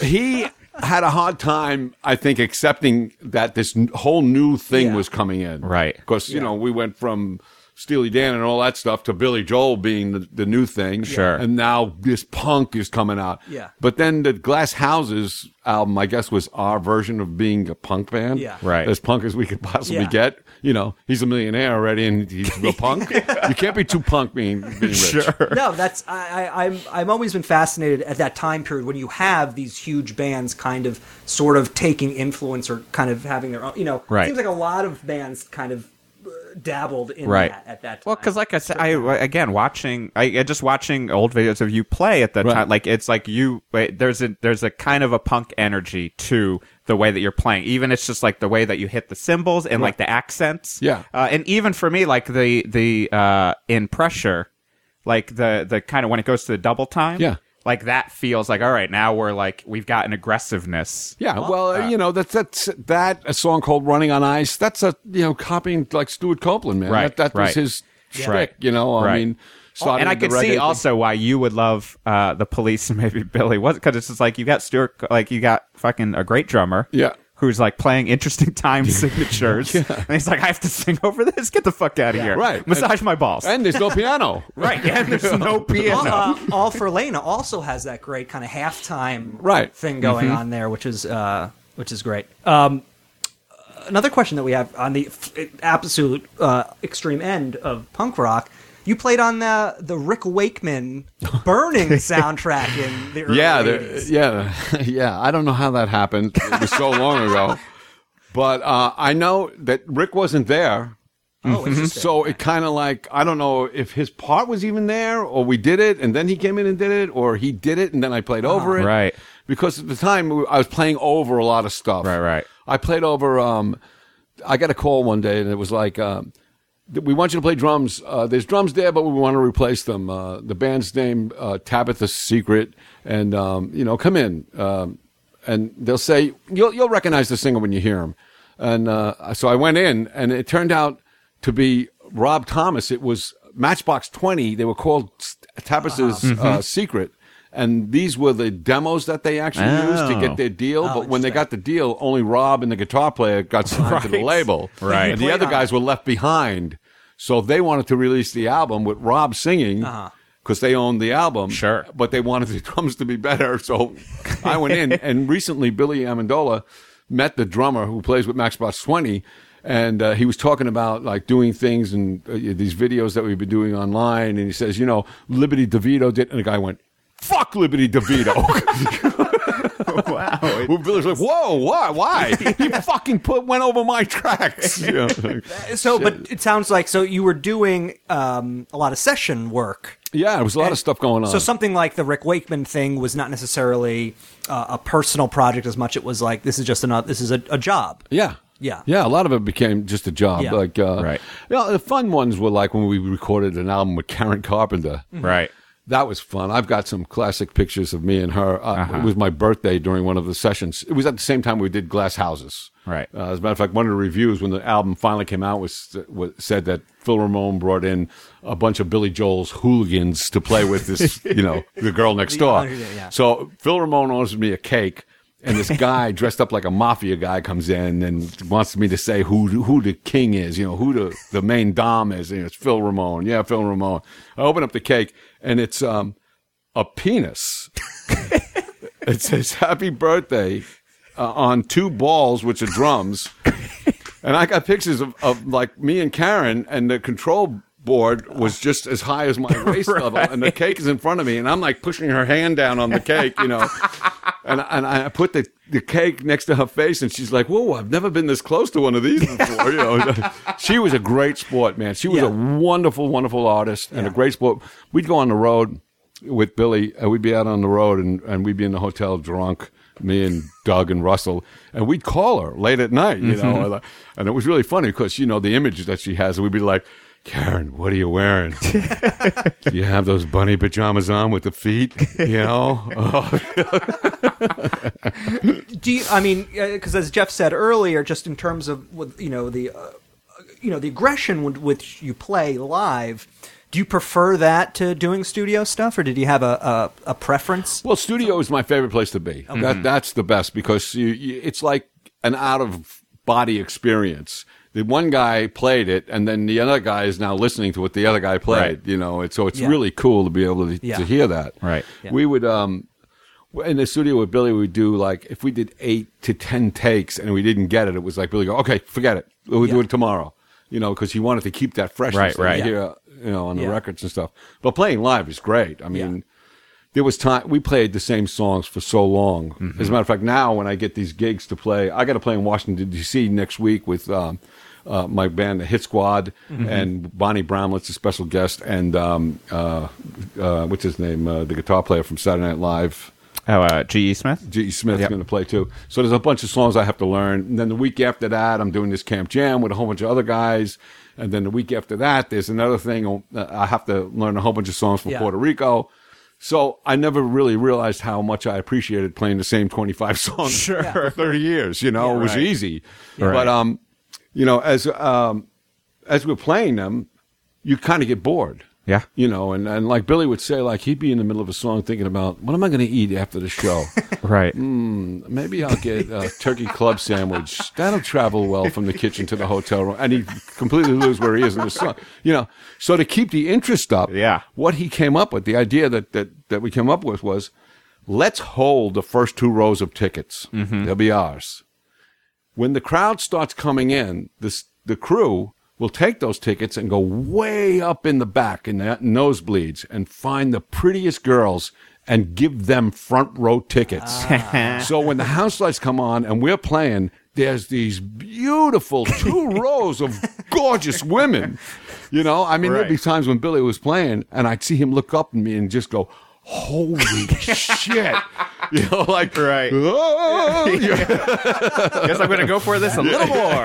he. Had a hard time, I think, accepting that this n- whole new thing Yeah. was coming in. Right. Because, you know, we went from Steely Dan and all that stuff to Billy Joel being the, the new thing. Sure. And now this punk is coming out. Yeah. But then the Glass Houses album, I guess, was our version of being a punk band. Yeah. Right. As punk as we could possibly Yeah. get. You know, he's a millionaire already and he's a punk. You can't be too punk being, being rich. Sure. no, that's I, I, I'm I'm always been fascinated at that time period when you have these huge bands kind of sort of taking influence or kind of having their own. You know, Right. it seems like a lot of bands kind of uh, dabbled in Right. that at that time. Well, because like I said, I again watching, I I just watching old videos of you play at that Right. time. Like it's like you, wait, there's a there's a kind of a punk energy to the way that you're playing. Even it's just like the way that you hit the cymbals and like the accents. Yeah. uh, and even for me, like the the uh, in pressure, like the the kind of when it goes to the double time. Yeah. like that feels like all right. Now we're like we've got an aggressiveness. Yeah, well, uh, you know that's that's that a song called "Running on Ice." That's a you know copying like Stuart Copeland, man. Right, that, that was right. his trick. Right. You know, I Right. mean, starting and I with the could see reggae thing. also why you would love uh, the police and maybe Billy was because it's just like you got Stuart, like you got fucking a great drummer, Yeah. who's like playing interesting time signatures, and he's like, I have to sing over this. Get the fuck out of here, Right. Massage my balls, And Uh-huh. there's no piano. right? And there's no piano. uh, All for Lena also has that great kind of halftime Right. Mm-hmm. thing going on there, which is uh, which is great. Um, another question that we have on the f- absolute uh, extreme end of punk rock. You played on the the Rick Wakeman Burning soundtrack in the early yeah, there, 80s. yeah, yeah. I don't know how that happened. It was so long ago, but uh, I know that Rick wasn't there. Oh, interesting. Mm-hmm. So it kind of like I don't know if his part was even there, or we did it and then he came in and did it, or he did it and then I played over it. Ah. Right. Because at the time I was playing over a lot of stuff. Right, right. I played over. Um, I got a call one day and it was like. Um, th- we want you to play drums. Uh, there's drums there, but we want to replace them. Uh, the band's name, uh, Tabitha Secret, and um, you know, come in, um, and they'll say you'll you'll recognize the singer when you hear him. And uh, so I went in, and it turned out to be Rob Thomas. It was Matchbox Twenty. They were called S- Tabitha's uh, Secret. And these were the demos that they actually used to Oh. get their deal. but when they got the deal, only Rob and the guitar player got signed to the Right. label. Right. And the other guys were left behind. So they wanted to release the album with Rob singing because they owned the album. Uh-huh. Sure. But they wanted the drums to be better. So I went in. And recently, Billy Amendola met the drummer who plays with Matchbox 20. And uh, he was talking about like doing things and uh, these videos that we've been doing online. And he says, you know, Liberty DeVito did. And the guy went, fuck Liberty DeVito. wow. Well, Billy's like, whoa, why, why? You fucking put went over my tracks. You know? so, but it sounds like so you were doing um, a lot of session work. yeah, there was a lot of stuff going on. So something like the Rick Wakeman thing was not necessarily uh, a personal project as much. It was like this is just another. This is a, a job. yeah, Yeah. yeah. A lot of it became just a job. Yeah. Like, uh, Right. You know, the fun ones were like when we recorded an album with Karen Carpenter. Mm-hmm. Right. That was fun. I've got some classic pictures of me and her. Uh, It was my birthday during one of the sessions. It was at the same time we did Glass Houses. Right. Uh, as a matter of fact, one of the reviews when the album finally came out was, uh, was said that Phil Ramone brought in a bunch of Billy Joel's hooligans to play with this, you know, the girl next door. oh, yeah, yeah. So Phil Ramone orders me a cake, and this guy dressed up like a mafia guy comes in and wants me to say who who the king is, you know, who the, the main dom is. And it's Phil Ramone. Yeah, Phil Ramone. I open up the cake, and it's um, a penis. it says "Happy Birthday" uh, on two balls, which are drums. And I got pictures of, of like me and Karen, and the control board was just as high as my waist level, and the cake is in front of me, and I'm like pushing her hand down on the cake, you know. and and I put the, the cake next to her face, and she's like, "Whoa, I've never been this close to one of these before." You know, she was a great sport, man. She was a wonderful, wonderful artist and a great sport. We'd go on the road with Billy, and we'd be out on the road, and, and we'd be in the hotel drunk me and Doug and Russell, and we'd uh, call her late at night, you know, and it was really funny because you know the images that she has, and we'd be like, Karen, what are you wearing? Do you have those bunny pajamas on with the feet? You know? Oh, do you i mean because as jeff said earlier just in terms of with you know the uh, you know the aggression with which you play live do you prefer that to doing studio stuff or did you have a a, a preference Well, studio is my favorite place to be. Mm-hmm. That, that's the best because you, you, it's like an out of body experience. The one guy played it, and then the other guy is now listening to what the other guy played. Right. You know, it's, so it's Yeah. really cool to be able to, Yeah. to hear that. Right. We would um, w- in the studio with Billy, we would do like if we did eight to ten takes and we didn't get it, it was like Billy go, okay, forget it. We'll do Yeah. it tomorrow. You know, because he wanted to keep that freshness Right, that you right. hear, uh, you know, on the Yeah. records and stuff. But playing live is great. I mean Yeah. there was time we played the same songs for so long. Mm-hmm. As a matter of fact, now when I get these gigs to play, I got to play in Washington D.C. next week with um, uh, my band, the Hit Squad, Mm-hmm. and Bonnie Bramlett's a special guest, and um, uh, uh, what's his name, uh, the guitar player from Saturday Night Live. Oh, uh, G.E. Smith? G.E. E Smith's Yep. going to play too. So there's a bunch of songs I have to learn. And then the week after that, I'm doing this Camp Jam with a whole bunch of other guys. And then the week after that, there's another thing. uh, I have to learn a whole bunch of songs from Yeah. Puerto Rico. So I never really realized how much I appreciated playing the same 25 songs for 30 years. You know, it was Right. easy. Right. But, um, you know, as, um, as we're playing them, you kind of get bored. Yeah. You know, and, and like Billy would say, like he'd be in the middle of a song thinking about, what am I going to eat after the show? Right. Mm. Maybe I'll get a turkey club sandwich. That'll travel well from the kitchen to the hotel room. And he completely lose where he is in the sun. You know, so to keep the interest up, Yeah. what he came up with, the idea that, that, that we came up with was let's hold the first two rows of tickets. They'll be ours. When the crowd starts coming in, this, the crew will take those tickets and go way up in the back in the nosebleeds and find the prettiest girls and give them front row tickets. So when the house lights come on and we're playing, there's these beautiful two rows of gorgeous women. You know, I mean, there'd be Right. times when Billy was playing, and I'd see him look up at me and just go, "Holy shit!" You know, like Right. "Oh," you know, Guess I'm going to go for this a little more.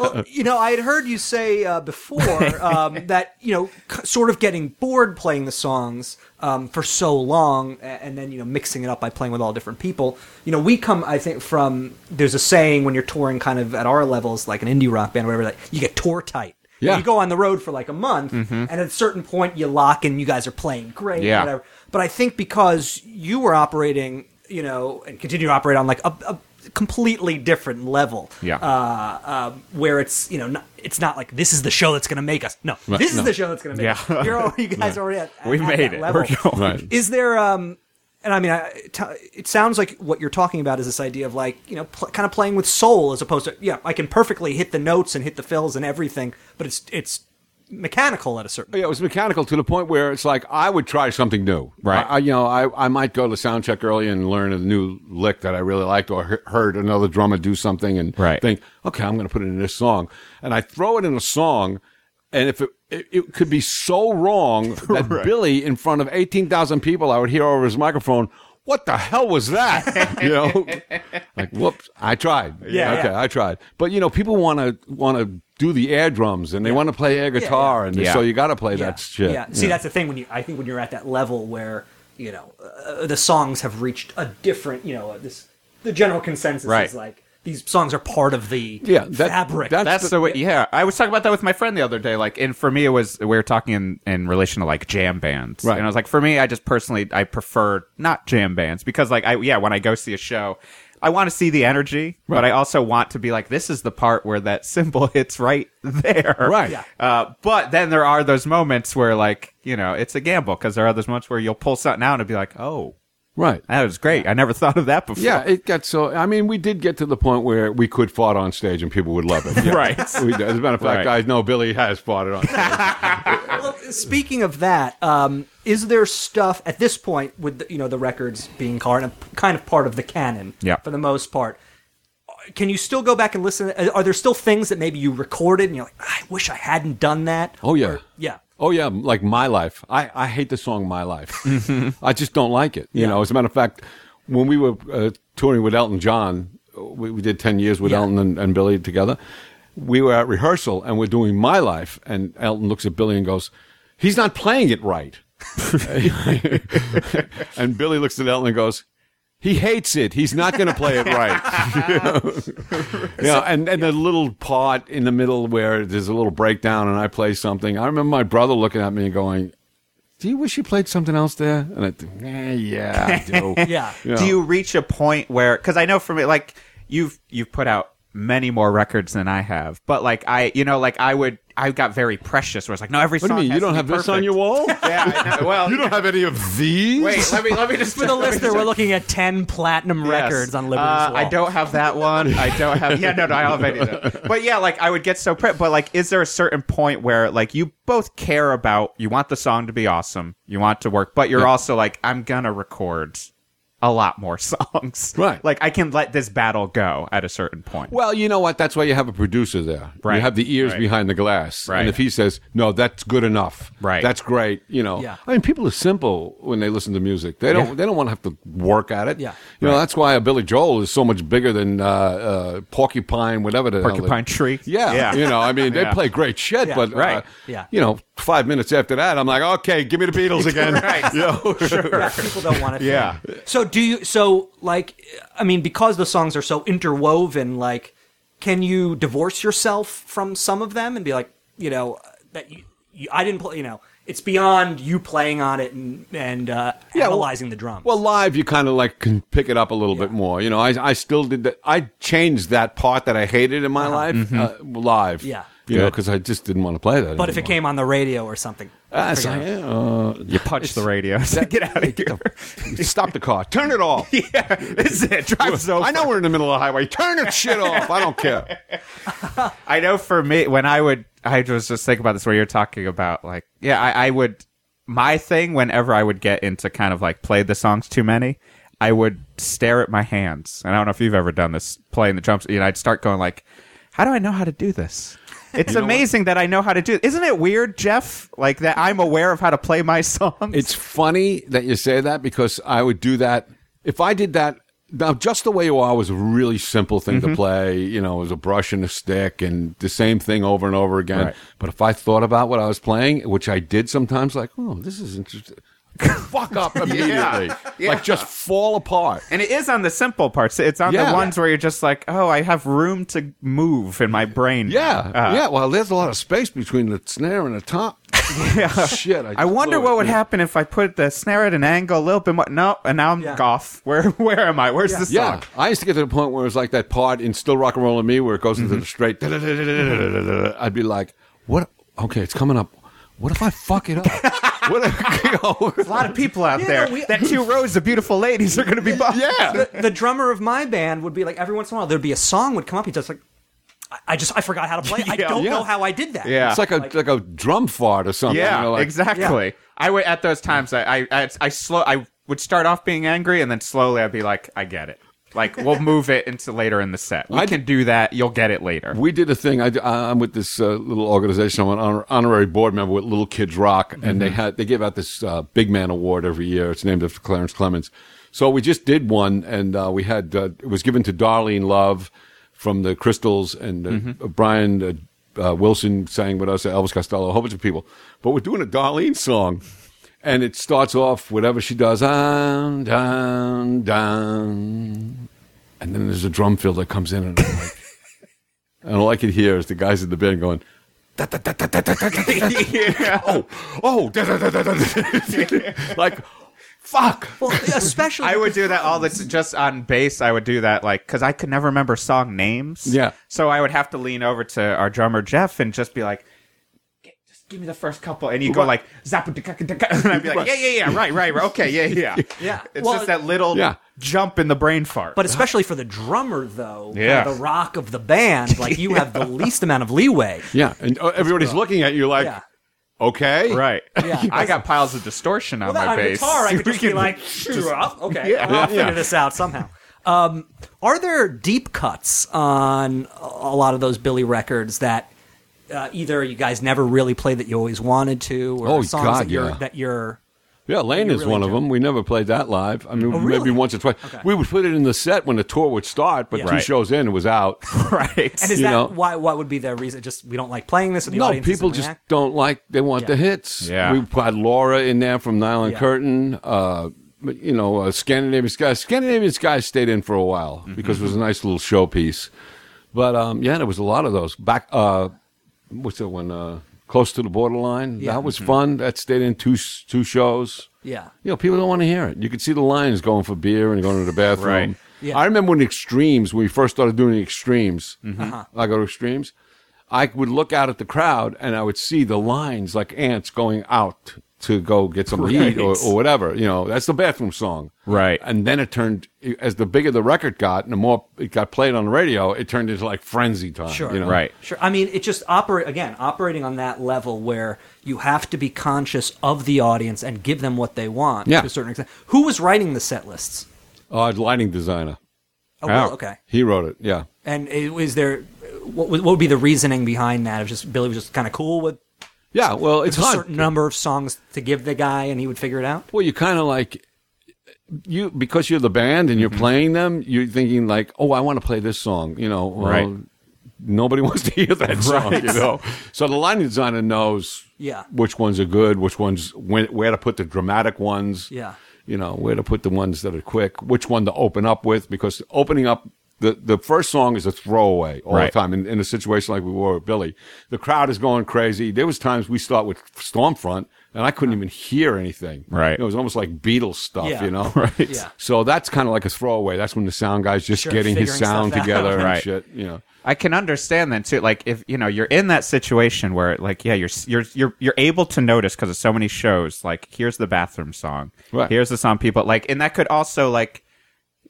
well, you know i had heard you say uh, before um, that you know c- sort of getting bored playing the songs um, for so long a- and then you know mixing it up by playing with all different people you know we come i think from there's a saying when you're touring kind of at our levels like an indie rock band or whatever that you get tour tight Yeah. You go on the road for like a month, and at a certain point, you lock and you guys are playing great. Yeah. Whatever. But I think because you were operating, you know, and continue to operate on like a, a completely different level. Yeah. Uh, um, where it's you know not, it's not like this is the show that's going to make us. No, this no. is the show that's going to make Yeah. us. You're already, you guys are already at, at We at made that it. Level. We're going. Right. Is there um and I mean, I, t- it sounds like what you're talking about is this idea of like, you know, pl- kind of playing with soul as opposed to, yeah, I can perfectly hit the notes and hit the fills and everything, but it's it's mechanical at a certain. Yeah, it was mechanical to the point where it's like I would try something new. Right. I, I- you know, I, I might go to sound check early and learn a new lick that I really liked or he- heard another drummer do something and Right. think, okay, I'm going to put it in this song. And I throw it in a song. And if it, it, it could be so wrong that Billy, in front of 18,000 people, I would hear over his microphone, what the hell was that? you know, like, whoops, I tried. Yeah, Okay. yeah. I tried. But, you know, people want to, want to, do the air drums and they want to play air guitar and Yeah. so you got to play that shit. Yeah. See, that's the thing when you. I think when you're at that level where you know uh, the songs have reached a different. You know, uh, this the general consensus Right. is like these songs are part of the Yeah, that- fabric. that's That's the way. Yeah, I was talking about that with my friend the other day. Like, and for me, it was we were talking in, in relation to like jam bands, Right. And I was like, for me, I just personally I prefer not jam bands because like I yeah, when I go see a show, I want to see the energy, but I also want to be like, this is the part where that symbol hits right there, Right. Yeah. Uh, but then there are those moments where like you know it's a gamble because there are those moments where you'll pull something out and be like, oh, right. that was great. I never thought of that before. Yeah, it got so. I mean, we did get to the point where we could fart on stage and people would love it. Yeah. Right. We, as a matter of fact, Right. I know Billy has farted on. stage. Well, speaking of that, um, is there stuff at this point with the, you know the records being kind of kind of part of the canon Yeah. for the most part? Can you still go back and listen? Are are there still things that maybe you recorded and you're like, I wish I hadn't done that? Oh yeah. Or- yeah. Oh yeah, like my life. I, I hate the song "My Life." I just don't like it. You know, as a matter of fact, when we were uh, touring with Elton John, we, we did ten years with Yeah. Elton and, and Billy together. we were at rehearsal and we're doing My Life, and Elton looks at Billy and goes, "He's not playing it right." and Billy looks at Elton and goes, "He hates it. He's not going to play it right." you know, and and the little part in the middle where there's a little breakdown, and I play something. I remember my brother looking at me and going. Do you wish you played something else there? And I think, eh, yeah, I do. Yeah. Do you reach a point where cuz I know from it like you've you've put out many more records than I have. But like I you know like I would I got very precious where it's like no every What do song you mean? has You to don't be have this on perfect. your wall? Yeah, I know. well You don't have any of these? Wait, let me let me just For the listener, we're looking at 10 platinum Yes. records on Liberty's Uh, wall. I don't have that one. I don't have. Yeah, no, no, I don't have any of that. But yeah, like I would get so pre- But like, is there a certain point where like you both care about? You want the song to be awesome. You want to work, but you're also like, I'm gonna record a lot more songs. Right. Like I can let this battle go at a certain point. Well, you know what? That's why you have a producer there. Right. You have the ears Right. behind the glass. Right. And if he says, no, that's good enough. Right. That's great. You know, Yeah. I mean, people are simple when they listen to music. They don't, they don't want to have to work at it. Yeah. You know, that's why a Billy Joel is so much bigger than uh, uh, Porcupine, whatever the hell it- Porcupine Tree. Yeah, Yeah. You know, I mean, they Yeah. play great shit, Yeah. but, uh, Right. Yeah. you know, five minutes after that, I'm like, okay, give me the Beatles again. Right. You know? Yeah, people don't want to. Yeah. So do you? So like, I mean, because the songs are so interwoven, like, can you divorce yourself from some of them and be like, you know, that you, you I didn't play, you know, it's beyond you playing on it and and uh, well- analyzing the drums. Well, live you kind of like can pick it up a little bit more. You know, I I still did that. I changed that part that I hated in my life uh, live. Uh-huh. Mm-hmm. Yeah. You know, because I just didn't want to play that. but if it came on the radio or something, Uh, You punch the radio. Get out of here. uh, stop the car, turn it off. yeah, this is it. Drive's over. I know we're in the middle of the highway. Turn that shit off. I don't care. I know for me, when I would, I was just thinking about this where you're talking about, like, yeah, I, I would, my thing, whenever I would get into kind of like play the songs too many, I would stare at my hands. And I don't know if you've ever done this, playing the drums. You know, I'd start going, like, how do I know how to do this? It's amazing that I know how to do. Isn't it weird, Jeff? Like that I'm aware of how to play my songs. It's funny that you say that because I would do that if I did that. Now, just the way you are was a really simple thing Mm-hmm. to play. You know, it was a brush and a stick and the same thing over and over again. Right. But if I thought about what I was playing, which I did sometimes, like, oh, this is interesting. Fuck up immediately. Yeah. Like, just fall apart. and it is on the simple parts. It's on Yeah. the ones where you're just like, oh, I have room to move in my brain. Yeah. Uh, yeah. Well, there's a lot of space between the snare and the top. yeah. Shit. I wonder blew it. what would happen if I put the snare at an angle a little bit more. No, and now I'm Yeah. off. Where where am I? Where's the Yeah, song? I used to get to the point where it was like that part in Still Rock and Roll and Me where it goes into Mm-hmm. the straight. I'd be like, "What? Okay, it's coming up. What if I fuck it up? what? If, A lot of people out there no, we- that two rows of beautiful ladies are going to be bummed. yeah, the drummer of my band would be like, every once in a while, there'd be a song would come up. He'd just like, I, I just I forgot how to play. it. I Yeah. don't Yeah. know how I did that. Yeah. it's like a like, a drum fart or something. yeah, you know, like, exactly. I would at those times. I I, I I slow. I would start off being angry, and then slowly I'd be like, I get it. Like we'll move it into later in the set. We I- can do that. You'll get it later. We did a thing. I, am with this uh, little organization. I'm an honor, honorary board member with Little Kids Rock, and they had they give out this uh, Big Man Award every year. It's named after Clarence Clemens. So we just did one, and uh, we had uh, it was given to Darlene Love from the Crystals, and uh, Brian uh, uh, Wilson sang with us, Elvis Costello, a whole bunch of people. But we're doing a Darlene song. And it starts off whatever she does, down, down, down, and then there's a drum fill that comes in, and I'm like, and all I could hear is the guys in the band going, "Da, da, da, da, da, da, da, da, da, da." oh, oh, da, da, da, da, da, da." like, fuck. Well, especially I would do that all the just on bass. I would do that like because I could never remember song names. Yeah. So I would have to lean over to our drummer Jeff and just be like, "G- just give me the first couple, and you go like zap and I'd be like, yeah, yeah, yeah, right, right, right, okay, yeah, yeah, Yeah. It's Well, just that little Yeah. jump in the brain fart. But especially for the drummer, though, Yeah. kind of the rock of the band, like you have the least amount of leeway. Yeah, and uh, everybody's looking at you like, Yeah. okay, right. Yeah. I got piles of distortion on Well, my on a bass. guitar, I could We just be can- like, "Well, okay, Yeah. I'll figure Yeah. this out somehow. Um, are there deep cuts on a lot of those Billy records that uh, either you guys never really played that you always wanted to, or Oh, songs God, that you're yeah. that you're Yeah, Lane is one of them. We never played that live. I Oh, mean, maybe once or twice. We would put it in the set when the tour would start, but two Right. shows in, it was out. right. And is You that know- why? What would be the reason? Just we don't like playing this. And the no, audience people doesn't just react? don't like. They want the hits. Yeah. we had Laura in there from Nylon Yeah. Curtain. Uh, but, you know, uh, Scandinavian Sky. Scandinavian Sky stayed in for a while Mm-hmm. because it was a nice little showpiece. But um, yeah, there was a lot of those. Back, uh, what's that one? Uh, Close to the borderline. That Mm-hmm. was fun. That stayed in two s- two shows. Yeah. You know, people don't want to hear it. You could see the lines going for beer and going to the bathroom. Right. Yeah. I remember when Extremes, when we first started doing the Extremes, Mm-hmm. Uh-huh. I go to Extremes, I would look out at the crowd and I would see the lines like ants going out to go get some to eat or, Right. or whatever. You know, that's the bathroom song. Right. And then it turned, as the bigger the record got and the more it got played on the radio, it turned into like frenzy time. Sure. You know? Right. Sure. I mean, it just operate again, operating on that level where you have to be conscious of the audience and give them what they want Yeah. to a certain extent. Who was writing the set lists? Uh, lighting designer. Oh, well, Oh. okay. He wrote it. Yeah. And i- is there what would, what would be the reasoning behind that? If just Billy was just kind of cool with Yeah. Well, it's a hard. certain number of songs to give the guy, and he would figure it out. Well, you kind of like you because you're the band and you're playing them. You're thinking like, oh, I want to play this song. You know, well, Right. Nobody wants to hear that song. You know, so the line designer knows. Yeah. Which ones are good? Which ones when, where to put the dramatic ones? Yeah. You know where to put the ones that are quick. Which one to open up with? Because opening up. The, the first song is a throwaway all Right. the time in, in a situation like we were with Billy. The crowd is going crazy. There was times we start with Stormfront and I couldn't even hear anything. Right. You know, it was almost like Beatles stuff, Yeah. you know? Right. Yeah. So that's kind of like a throwaway. That's when the sound guy's just Sure, getting his figuring sound stuff out. together and Right. shit, you know. I can understand then too. Like if you know you're in that situation where like yeah you're you're you're you're able to notice because of so many shows. Like here's the bathroom song. Right. Here's the song people like, and that could also like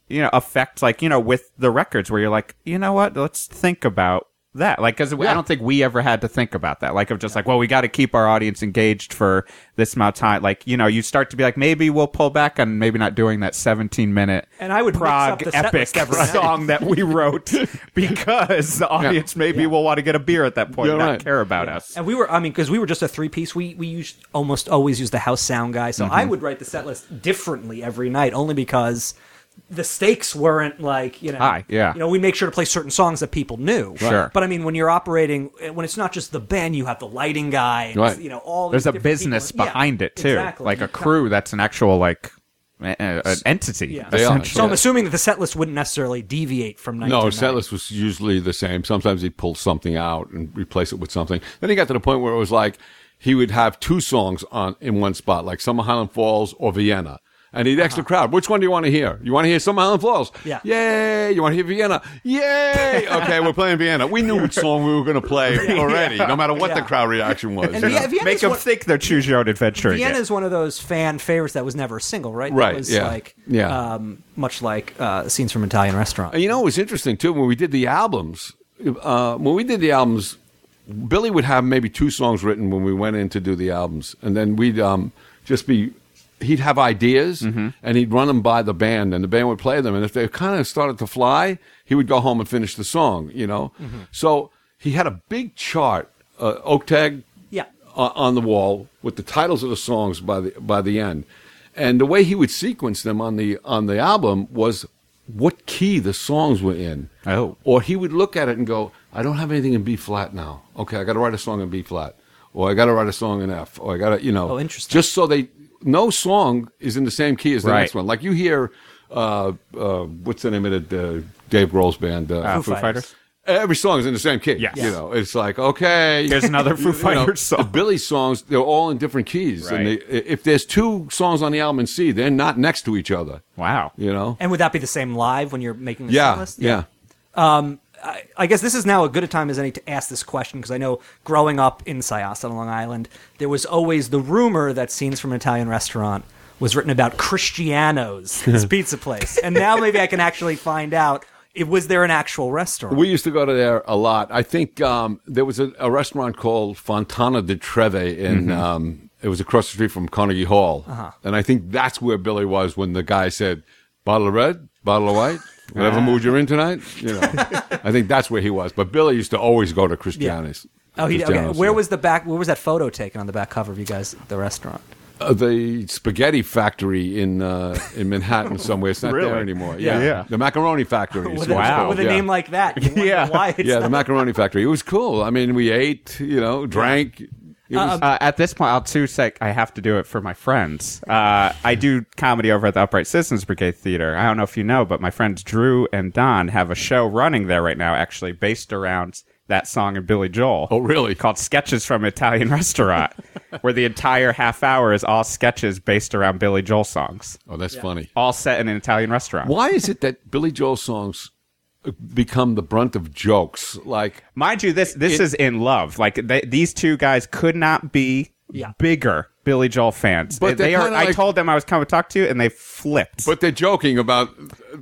you know affect like you know with the records where you're like you know what let's think about that like because i Yeah. don't think we ever had to think about that like of just like well we got to keep our audience engaged for this amount of time like you know you start to be like maybe we'll pull back on maybe not doing that 17 minute And I would mix up prague the set epic list every night. song that we wrote because the audience maybe will want to get a beer at that point You're and not right. care about us And we were, I mean, because we were just a three piece, we, we used, almost always used the house sound guy. So Mm-hmm. I would write the set list differently every night, only because the stakes weren't like, you know, High, yeah. You know, we make sure to play certain songs that people knew. Sure. But I mean, when you're operating, eh, when it's not just the band, you have the lighting guy, and Right. you know, all there's these a different business people. Yeah, behind it too exactly. like You a kinda- crew that's an actual like a- a- an entity Yeah. They are. essentially. So I'm assuming that the set list wouldn't necessarily deviate from night No, to night. setlist was usually the same. Sometimes he'd pull something out and replace it with something. Then he got to the point where it was like he would have two songs on in one spot, like Summer Highland Falls or Vienna. And he'd ask the crowd, which one do you want to hear? You want to hear Summer Highland Falls? Uh-huh. Yeah. Yay. You want to hear Vienna? Yay. Okay, we're playing Vienna. We knew which song we were going to play already, no matter what the Yeah. crowd reaction was. And you Vie- know? Vienna's make them one- think they're choose your own adventure Vienna again. is one of those fan favorites that was never a single, right? That Right, was yeah. like Yeah. Um, much like uh, scenes from Italian restaurant. And you know, it was interesting too when we did the albums. Uh, when we did the albums, Billy would have maybe two songs written when we went in to do the albums, and then we'd um, just be. He'd have ideas and he'd run them by the band, and the band would play them. And if they kind of started to fly, he would go home and finish the song, you know? So he had a big chart, uh, Oaktag Yeah. o- on the wall with the titles of the songs by the by the end, and the way he would sequence them on the on the album was what key the songs were in. Oh. or he would look at it and go, "I don't have anything in B flat now. Okay, I got to write a song in B flat, or I got to write a song in F, or I got to you know." Oh, interesting. Just so they no song is in the same key as the Right. next one. Like you hear, uh, uh, what's the name of the uh, Dave Grohl's band? Uh, Uh, Foo Fighters. Every song is in the same key. Yes. You know, it's like, okay. Here's another Foo You know, Fighters song. The Billy songs, they're all in different keys. And Right. they, if there's two songs on the album in C, they're not next to each other. Wow. You know? And would that be the same live when you're making the set Yeah. list? Yeah. I, I guess this is now a good a time as any to ask this question because I know growing up in Syosset on Long Island, there was always the rumor that scenes from an Italian restaurant was written about Cristiano's, this pizza place. And now maybe I can actually find out it was there an actual restaurant. We used to go to there a lot. I think um, there was a, a restaurant called Fontana di Treve in. Mm-hmm. Um, it was across the street from Carnegie Hall, Uh-huh. and I think that's where Billy was when the guy said, "Bottle of red, bottle of white, whatever Ah. mood you're in tonight." You know, I think that's where he was. But Billy used to always go to Christiani's. Oh, he, okay. Cristiano's, Where yeah. was the back? Where was that photo taken on the back cover of you guys? at The restaurant. uh, the spaghetti factory in uh, in Manhattan somewhere. It's not there Really? anymore. Yeah, Yeah, yeah. the macaroni factory. is with, what it's a, called, with a yeah. name like that. You wonder Yeah. why it's yeah, the not- macaroni factory. It was cool. I mean, we ate, you know, drank. It was, uh, at this point, I'll too sec. I have to do it for my friends. Uh, I do comedy over at the Upright Citizens Brigade Theater. I don't know if you know, but my friends Drew and Don have a show running there right now, actually based around that song and Billy Joel. Oh, really? Called Sketches from an Italian Restaurant, where the entire half hour is all sketches based around Billy Joel songs, oh, that's funny. all set in an Italian restaurant. Why is it that Billy Joel songs become the brunt of jokes? Like, Mind you, this this is It- in love. Like th- these two guys could not be bigger Billy Joel fans. But they they're are. kinda I like- told them I was coming to talk to you, and they flipped. but they're joking about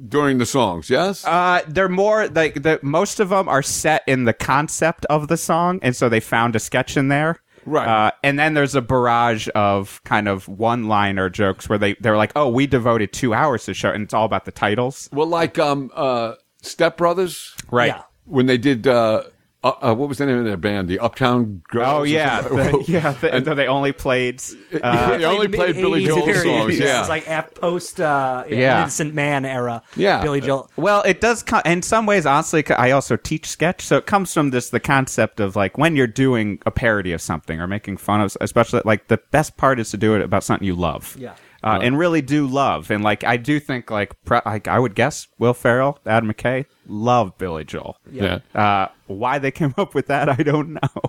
during the songs. Yes, uh, they're more like the most of them are set in the concept of the song, and so they found a sketch in there. Right. Uh, and then there's a barrage of kind of one-liner jokes where they they're like, "Oh, we devoted two hours to show," and it's all about the titles. well, like um, uh, Step Brothers, Right. Yeah. when they did. Uh, uh, uh, what was the name of their band? The Uptown Girls. Oh or yeah, something? The- yeah. The, and they only played. Uh, they only played Billy Joel 80s period. songs. This Yeah, is like at post uh, Yeah. Vincent Mann era. Yeah. Billy Joel. Well, it does. Co- in some ways, honestly, c- I also teach sketch, so it comes from this the concept of like when you're doing a parody of something or making fun of, especially like the best part is to do it about something you love. Yeah. Uh, and really do love, and like I do think like pro- like I would guess Will Ferrell, Adam McKay love Billy Joel. yeah, Uh, why they came up with that, I don't know.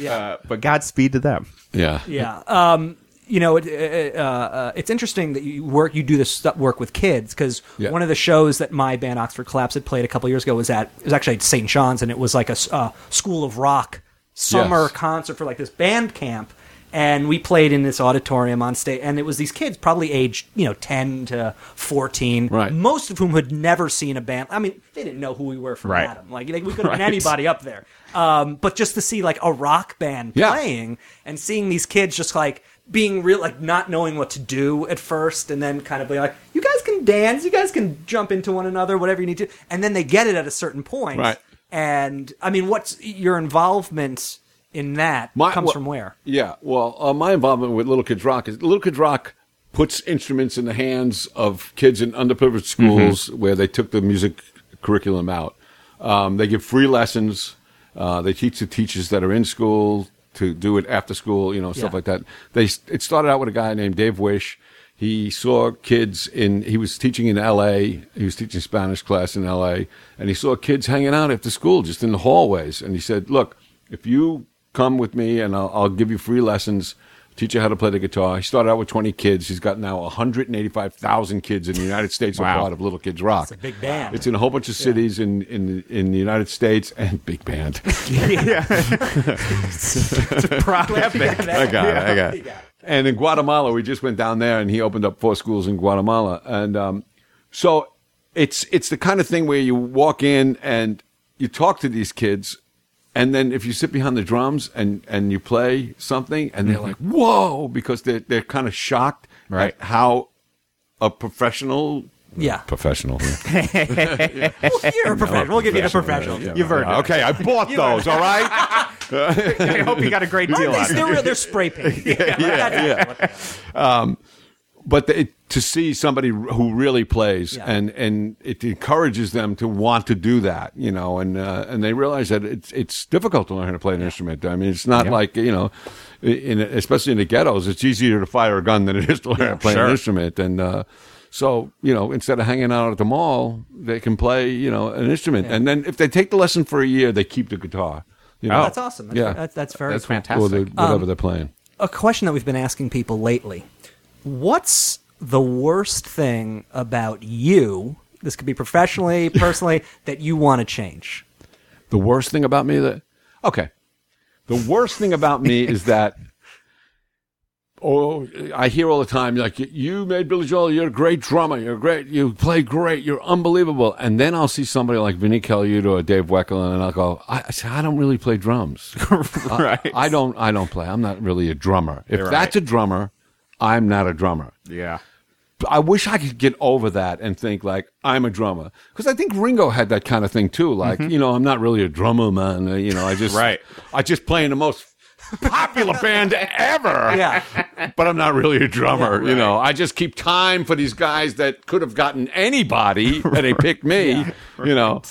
Yeah. Uh, but Godspeed to them. yeah. Yeah. Um, you know, it, it, uh, uh, it's interesting that you work, you do this stuff, work with kids because Yeah. one of the shows that my band Oxford Collapse had played a couple years ago was at it was actually at St. John's and it was like a s- uh, School of Rock summer Yes. concert for like this band camp, and we played in this auditorium on stage, and it was these kids probably aged you know ten to fourteen, Right. Most of whom had never seen a band. I mean, they didn't know who we were from Right. Adam. Like they, we could have Right. been anybody up there, um, but just to see like a rock band Yeah. playing and seeing these kids just like being real like not knowing what to do at first and then kind of be like you guys can dance you guys can jump into one another whatever you need to and then they get it at a certain point Right. and i mean what's your involvement in that My- comes well, from where Yeah, well, uh, my involvement with Little Kids Rock is Little Kids Rock puts instruments in the hands of kids in underprivileged schools where they took the music curriculum out. Um, they give free lessons. Uh, they teach the teachers that are in school to do it after school, you know, stuff Yeah. like that. They it started out with a guy named Dave Wish. He saw kids in. He was teaching in L.A. He was teaching Spanish class in L.A. and he saw kids hanging out after school, just in the hallways. And he said, "Look, if you come with me and I'll, I'll give you free lessons, teach you how to play the guitar." He started out with 20 kids. He's got now 185,000 kids in the United States Wow. are part of Little Kids Rock. It's a big band. It's in a whole bunch of cities in in in the United States and big band. I got it. I got it. And in Guatemala, we just went down there, and he opened up four schools in Guatemala, and um, so it's it's the kind of thing where you walk in and you talk to these kids, and then if you sit behind the drums and and you play something, and they're like, "Whoa!" because they're they're kind of shocked Right. at how a professional yeah professional. well, you're a professional we'll give you the professional You've earned it. Okay, I bought those. All right. I hope you got a great deal They out of it. still, they're spray painting. yeah, Um, but the, it, to see somebody r- who really plays Yeah. and and it encourages them to want to do that you know and uh, and they realize that it's it's difficult to learn how to play an instrument i mean it's not like you know i- in especially in the ghettos it's easier to fire a gun than it is to learn how to play Sure. an instrument and uh so you know instead of hanging out at the mall they can play you know an instrument and then if they take the lesson for a year they keep the guitar you know? Oh. that's awesome that's, Yeah. that's, that's very Um, That's cool. fantastic. or the, whatever they're playing a question that we've been asking people lately. What's the worst thing about you? This could be professionally, personally, that you want to change. The worst thing about me that okay. The worst thing about me is that oh I hear all the time like you made Billy Joel, you're a great drummer, you're great, you play great, you're unbelievable. And then I'll see somebody like Vinnie Caliuto or Dave Weckl and I'll go, I, I, say, I don't really play drums. right. I don't I don't play. I'm not really a drummer. If You're that's a right. drummer, I'm not a drummer. yeah. I wish I could get over that and think like I'm a drummer because I think Ringo had that kind of thing too. Like you know, I'm not really a drummer, man. Uh, You know, I just Right. I just play in the most popular band ever. Yeah. But I'm not really a drummer. You know, I just keep time for these guys that could have gotten anybody and they picked me. You know,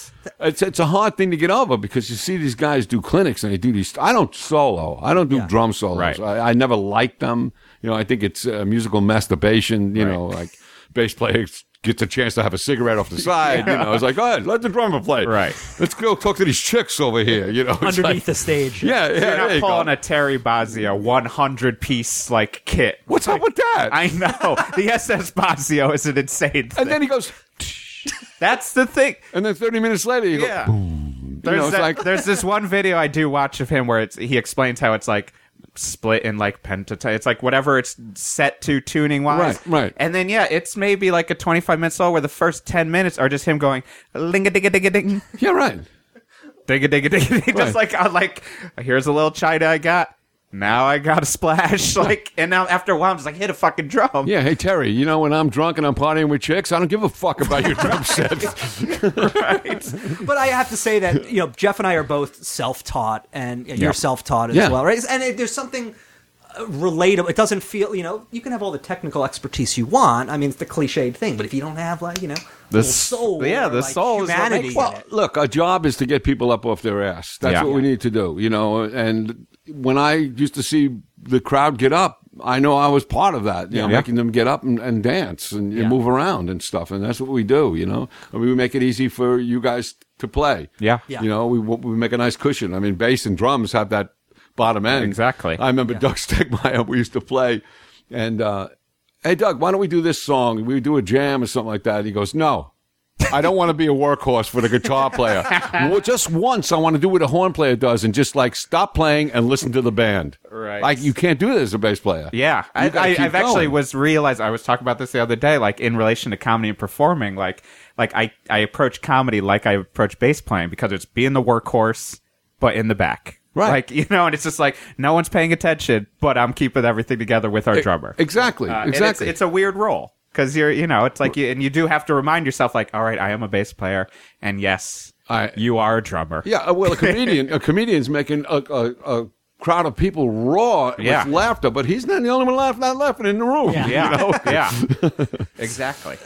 it's, it's a hard thing to get over because you see these guys do clinics and they do these. I don't solo. I don't do drum Right. solos. I, I never liked them. You know, I think it's uh, musical masturbation. You know, like bass player gets a chance to have a cigarette off the side. You know, it's like, oh, let the drummer play. Right. Let's go talk to these chicks over here. You know, It's underneath like- the stage. yeah, yeah. You're there not you go. pulling a Terry Bozzio 100 piece like kit. What's up with that? I know the SS Bozzio is an insane. Thing. and then he goes, That's the thing. and then 30 minutes later, you Yeah. go, There's, know, it's that- like- there's this one video I do watch of him where it's he explains how it's like split in like pentatonic. It's like whatever it's set to tuning wise. Right, right. And then yeah, it's maybe like a 25 minute solo where the first 10 minutes are just him going linga digga digga ding yeah, right. digga digga digga ding. just Right. like I'm like here's a little china I got. Now I got a splash like and now after a while I'm just like hit a fucking drum. Yeah, hey, Terry, you know, when I'm drunk and I'm partying with chicks, I don't give a fuck about your drum sets. But I have to say that you know Jeff and I are both self-taught, and and you're Yeah. self-taught as Yeah. well, right? And it, there's something uh, relatable. It doesn't feel you know you can have all the technical expertise you want. I mean, it's the cliched thing, but if you don't have like you know the soul, yeah, or, the like, soul is what humanity makes in it. it. Look, our job is to get people up off their ass. That's Yeah. what we need to do, you know. And when I used to see the crowd get up, I know I was part of that, you know, Yeah. making them get up and, and dance and, and Yeah. move around and stuff. And that's what we do, you know. I mean, we make it easy for you guys to play. Yeah. Yeah. You know, we, we make a nice cushion. I mean, bass and drums have that bottom end. Exactly. I remember Doug Stegmeyer, we used to play, and uh, hey, Doug, why don't we do this song? We do a jam or something like that. He goes, no. I don't want to be a workhorse for the guitar player. well, just once, I want to do what a horn player does and just like stop playing and listen to the band. Right. Like you can't do that as a bass player. Yeah, I, You gotta I, keep I've actually going. was realized I was talking about this the other day, like in relation to comedy and performing, like like I I approach comedy like I approach bass playing because it's being the workhorse, but in the back, Right. Like you know, and it's just like no one's paying attention, but I'm keeping everything together with E, our drummer. exactly, Uh, and it's- exactly. it's, a weird role because you're you know it's like you and you do have to remind yourself like all right, I am a bass player, and yes, I- you are a drummer. Yeah, uh, well, a comedian, a comedian's making a, a, a crowd of people roar Yeah. with laughter, but he's not the only one laugh, not laughing in the room. Yeah, yeah, exactly.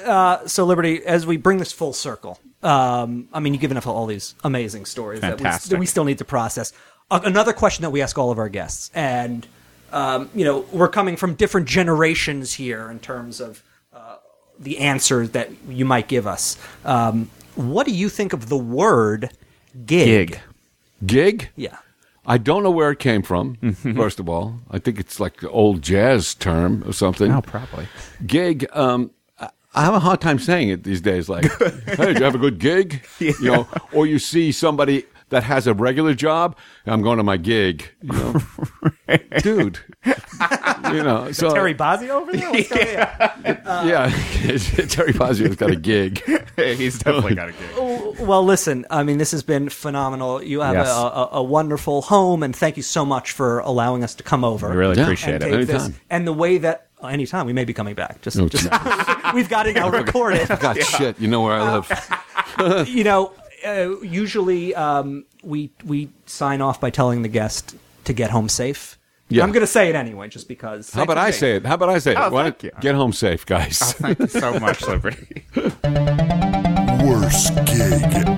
so liberty as we bring this full circle um, i mean you've given us all these amazing stories that we, Fantastic. that we still need to process A another question that we ask all of our guests and um, you know we're coming from different generations here in terms of uh, the answers that you might give us um, what do you think of the word gig, Gig. Gig? yeah I don't know where it came from, Mm-hmm. first of all. I think it's like the old jazz term or something. Oh, probably. Gig, um, I- I have a hard time saying it these days. Like, hey, did you have a good gig? You know, or you see somebody that has a regular job, I'm going to my gig. You know? Dude. you know, so terry Bozzio over there What's going on? yeah, Terry Bozzio's got a gig. He's definitely got a gig. Well, listen, I mean, this has been phenomenal. You have Yes. a, a, a wonderful home, and thank you so much for allowing us to come over. We really Yeah. appreciate and it. take this. Anytime. And the way that oh, anytime we may be coming back. Just, No, just we've got it now recorded. God, shit, you know where I live. you know, uh, usually um, we we sign off by telling the guest to get home safe. Yeah. I'm going to say it anyway, just because. How about I say it? How about I say it? Oh, Why thank don't- you. Oh, Get home safe, guys. Thank you so much, Liberty. Worst gig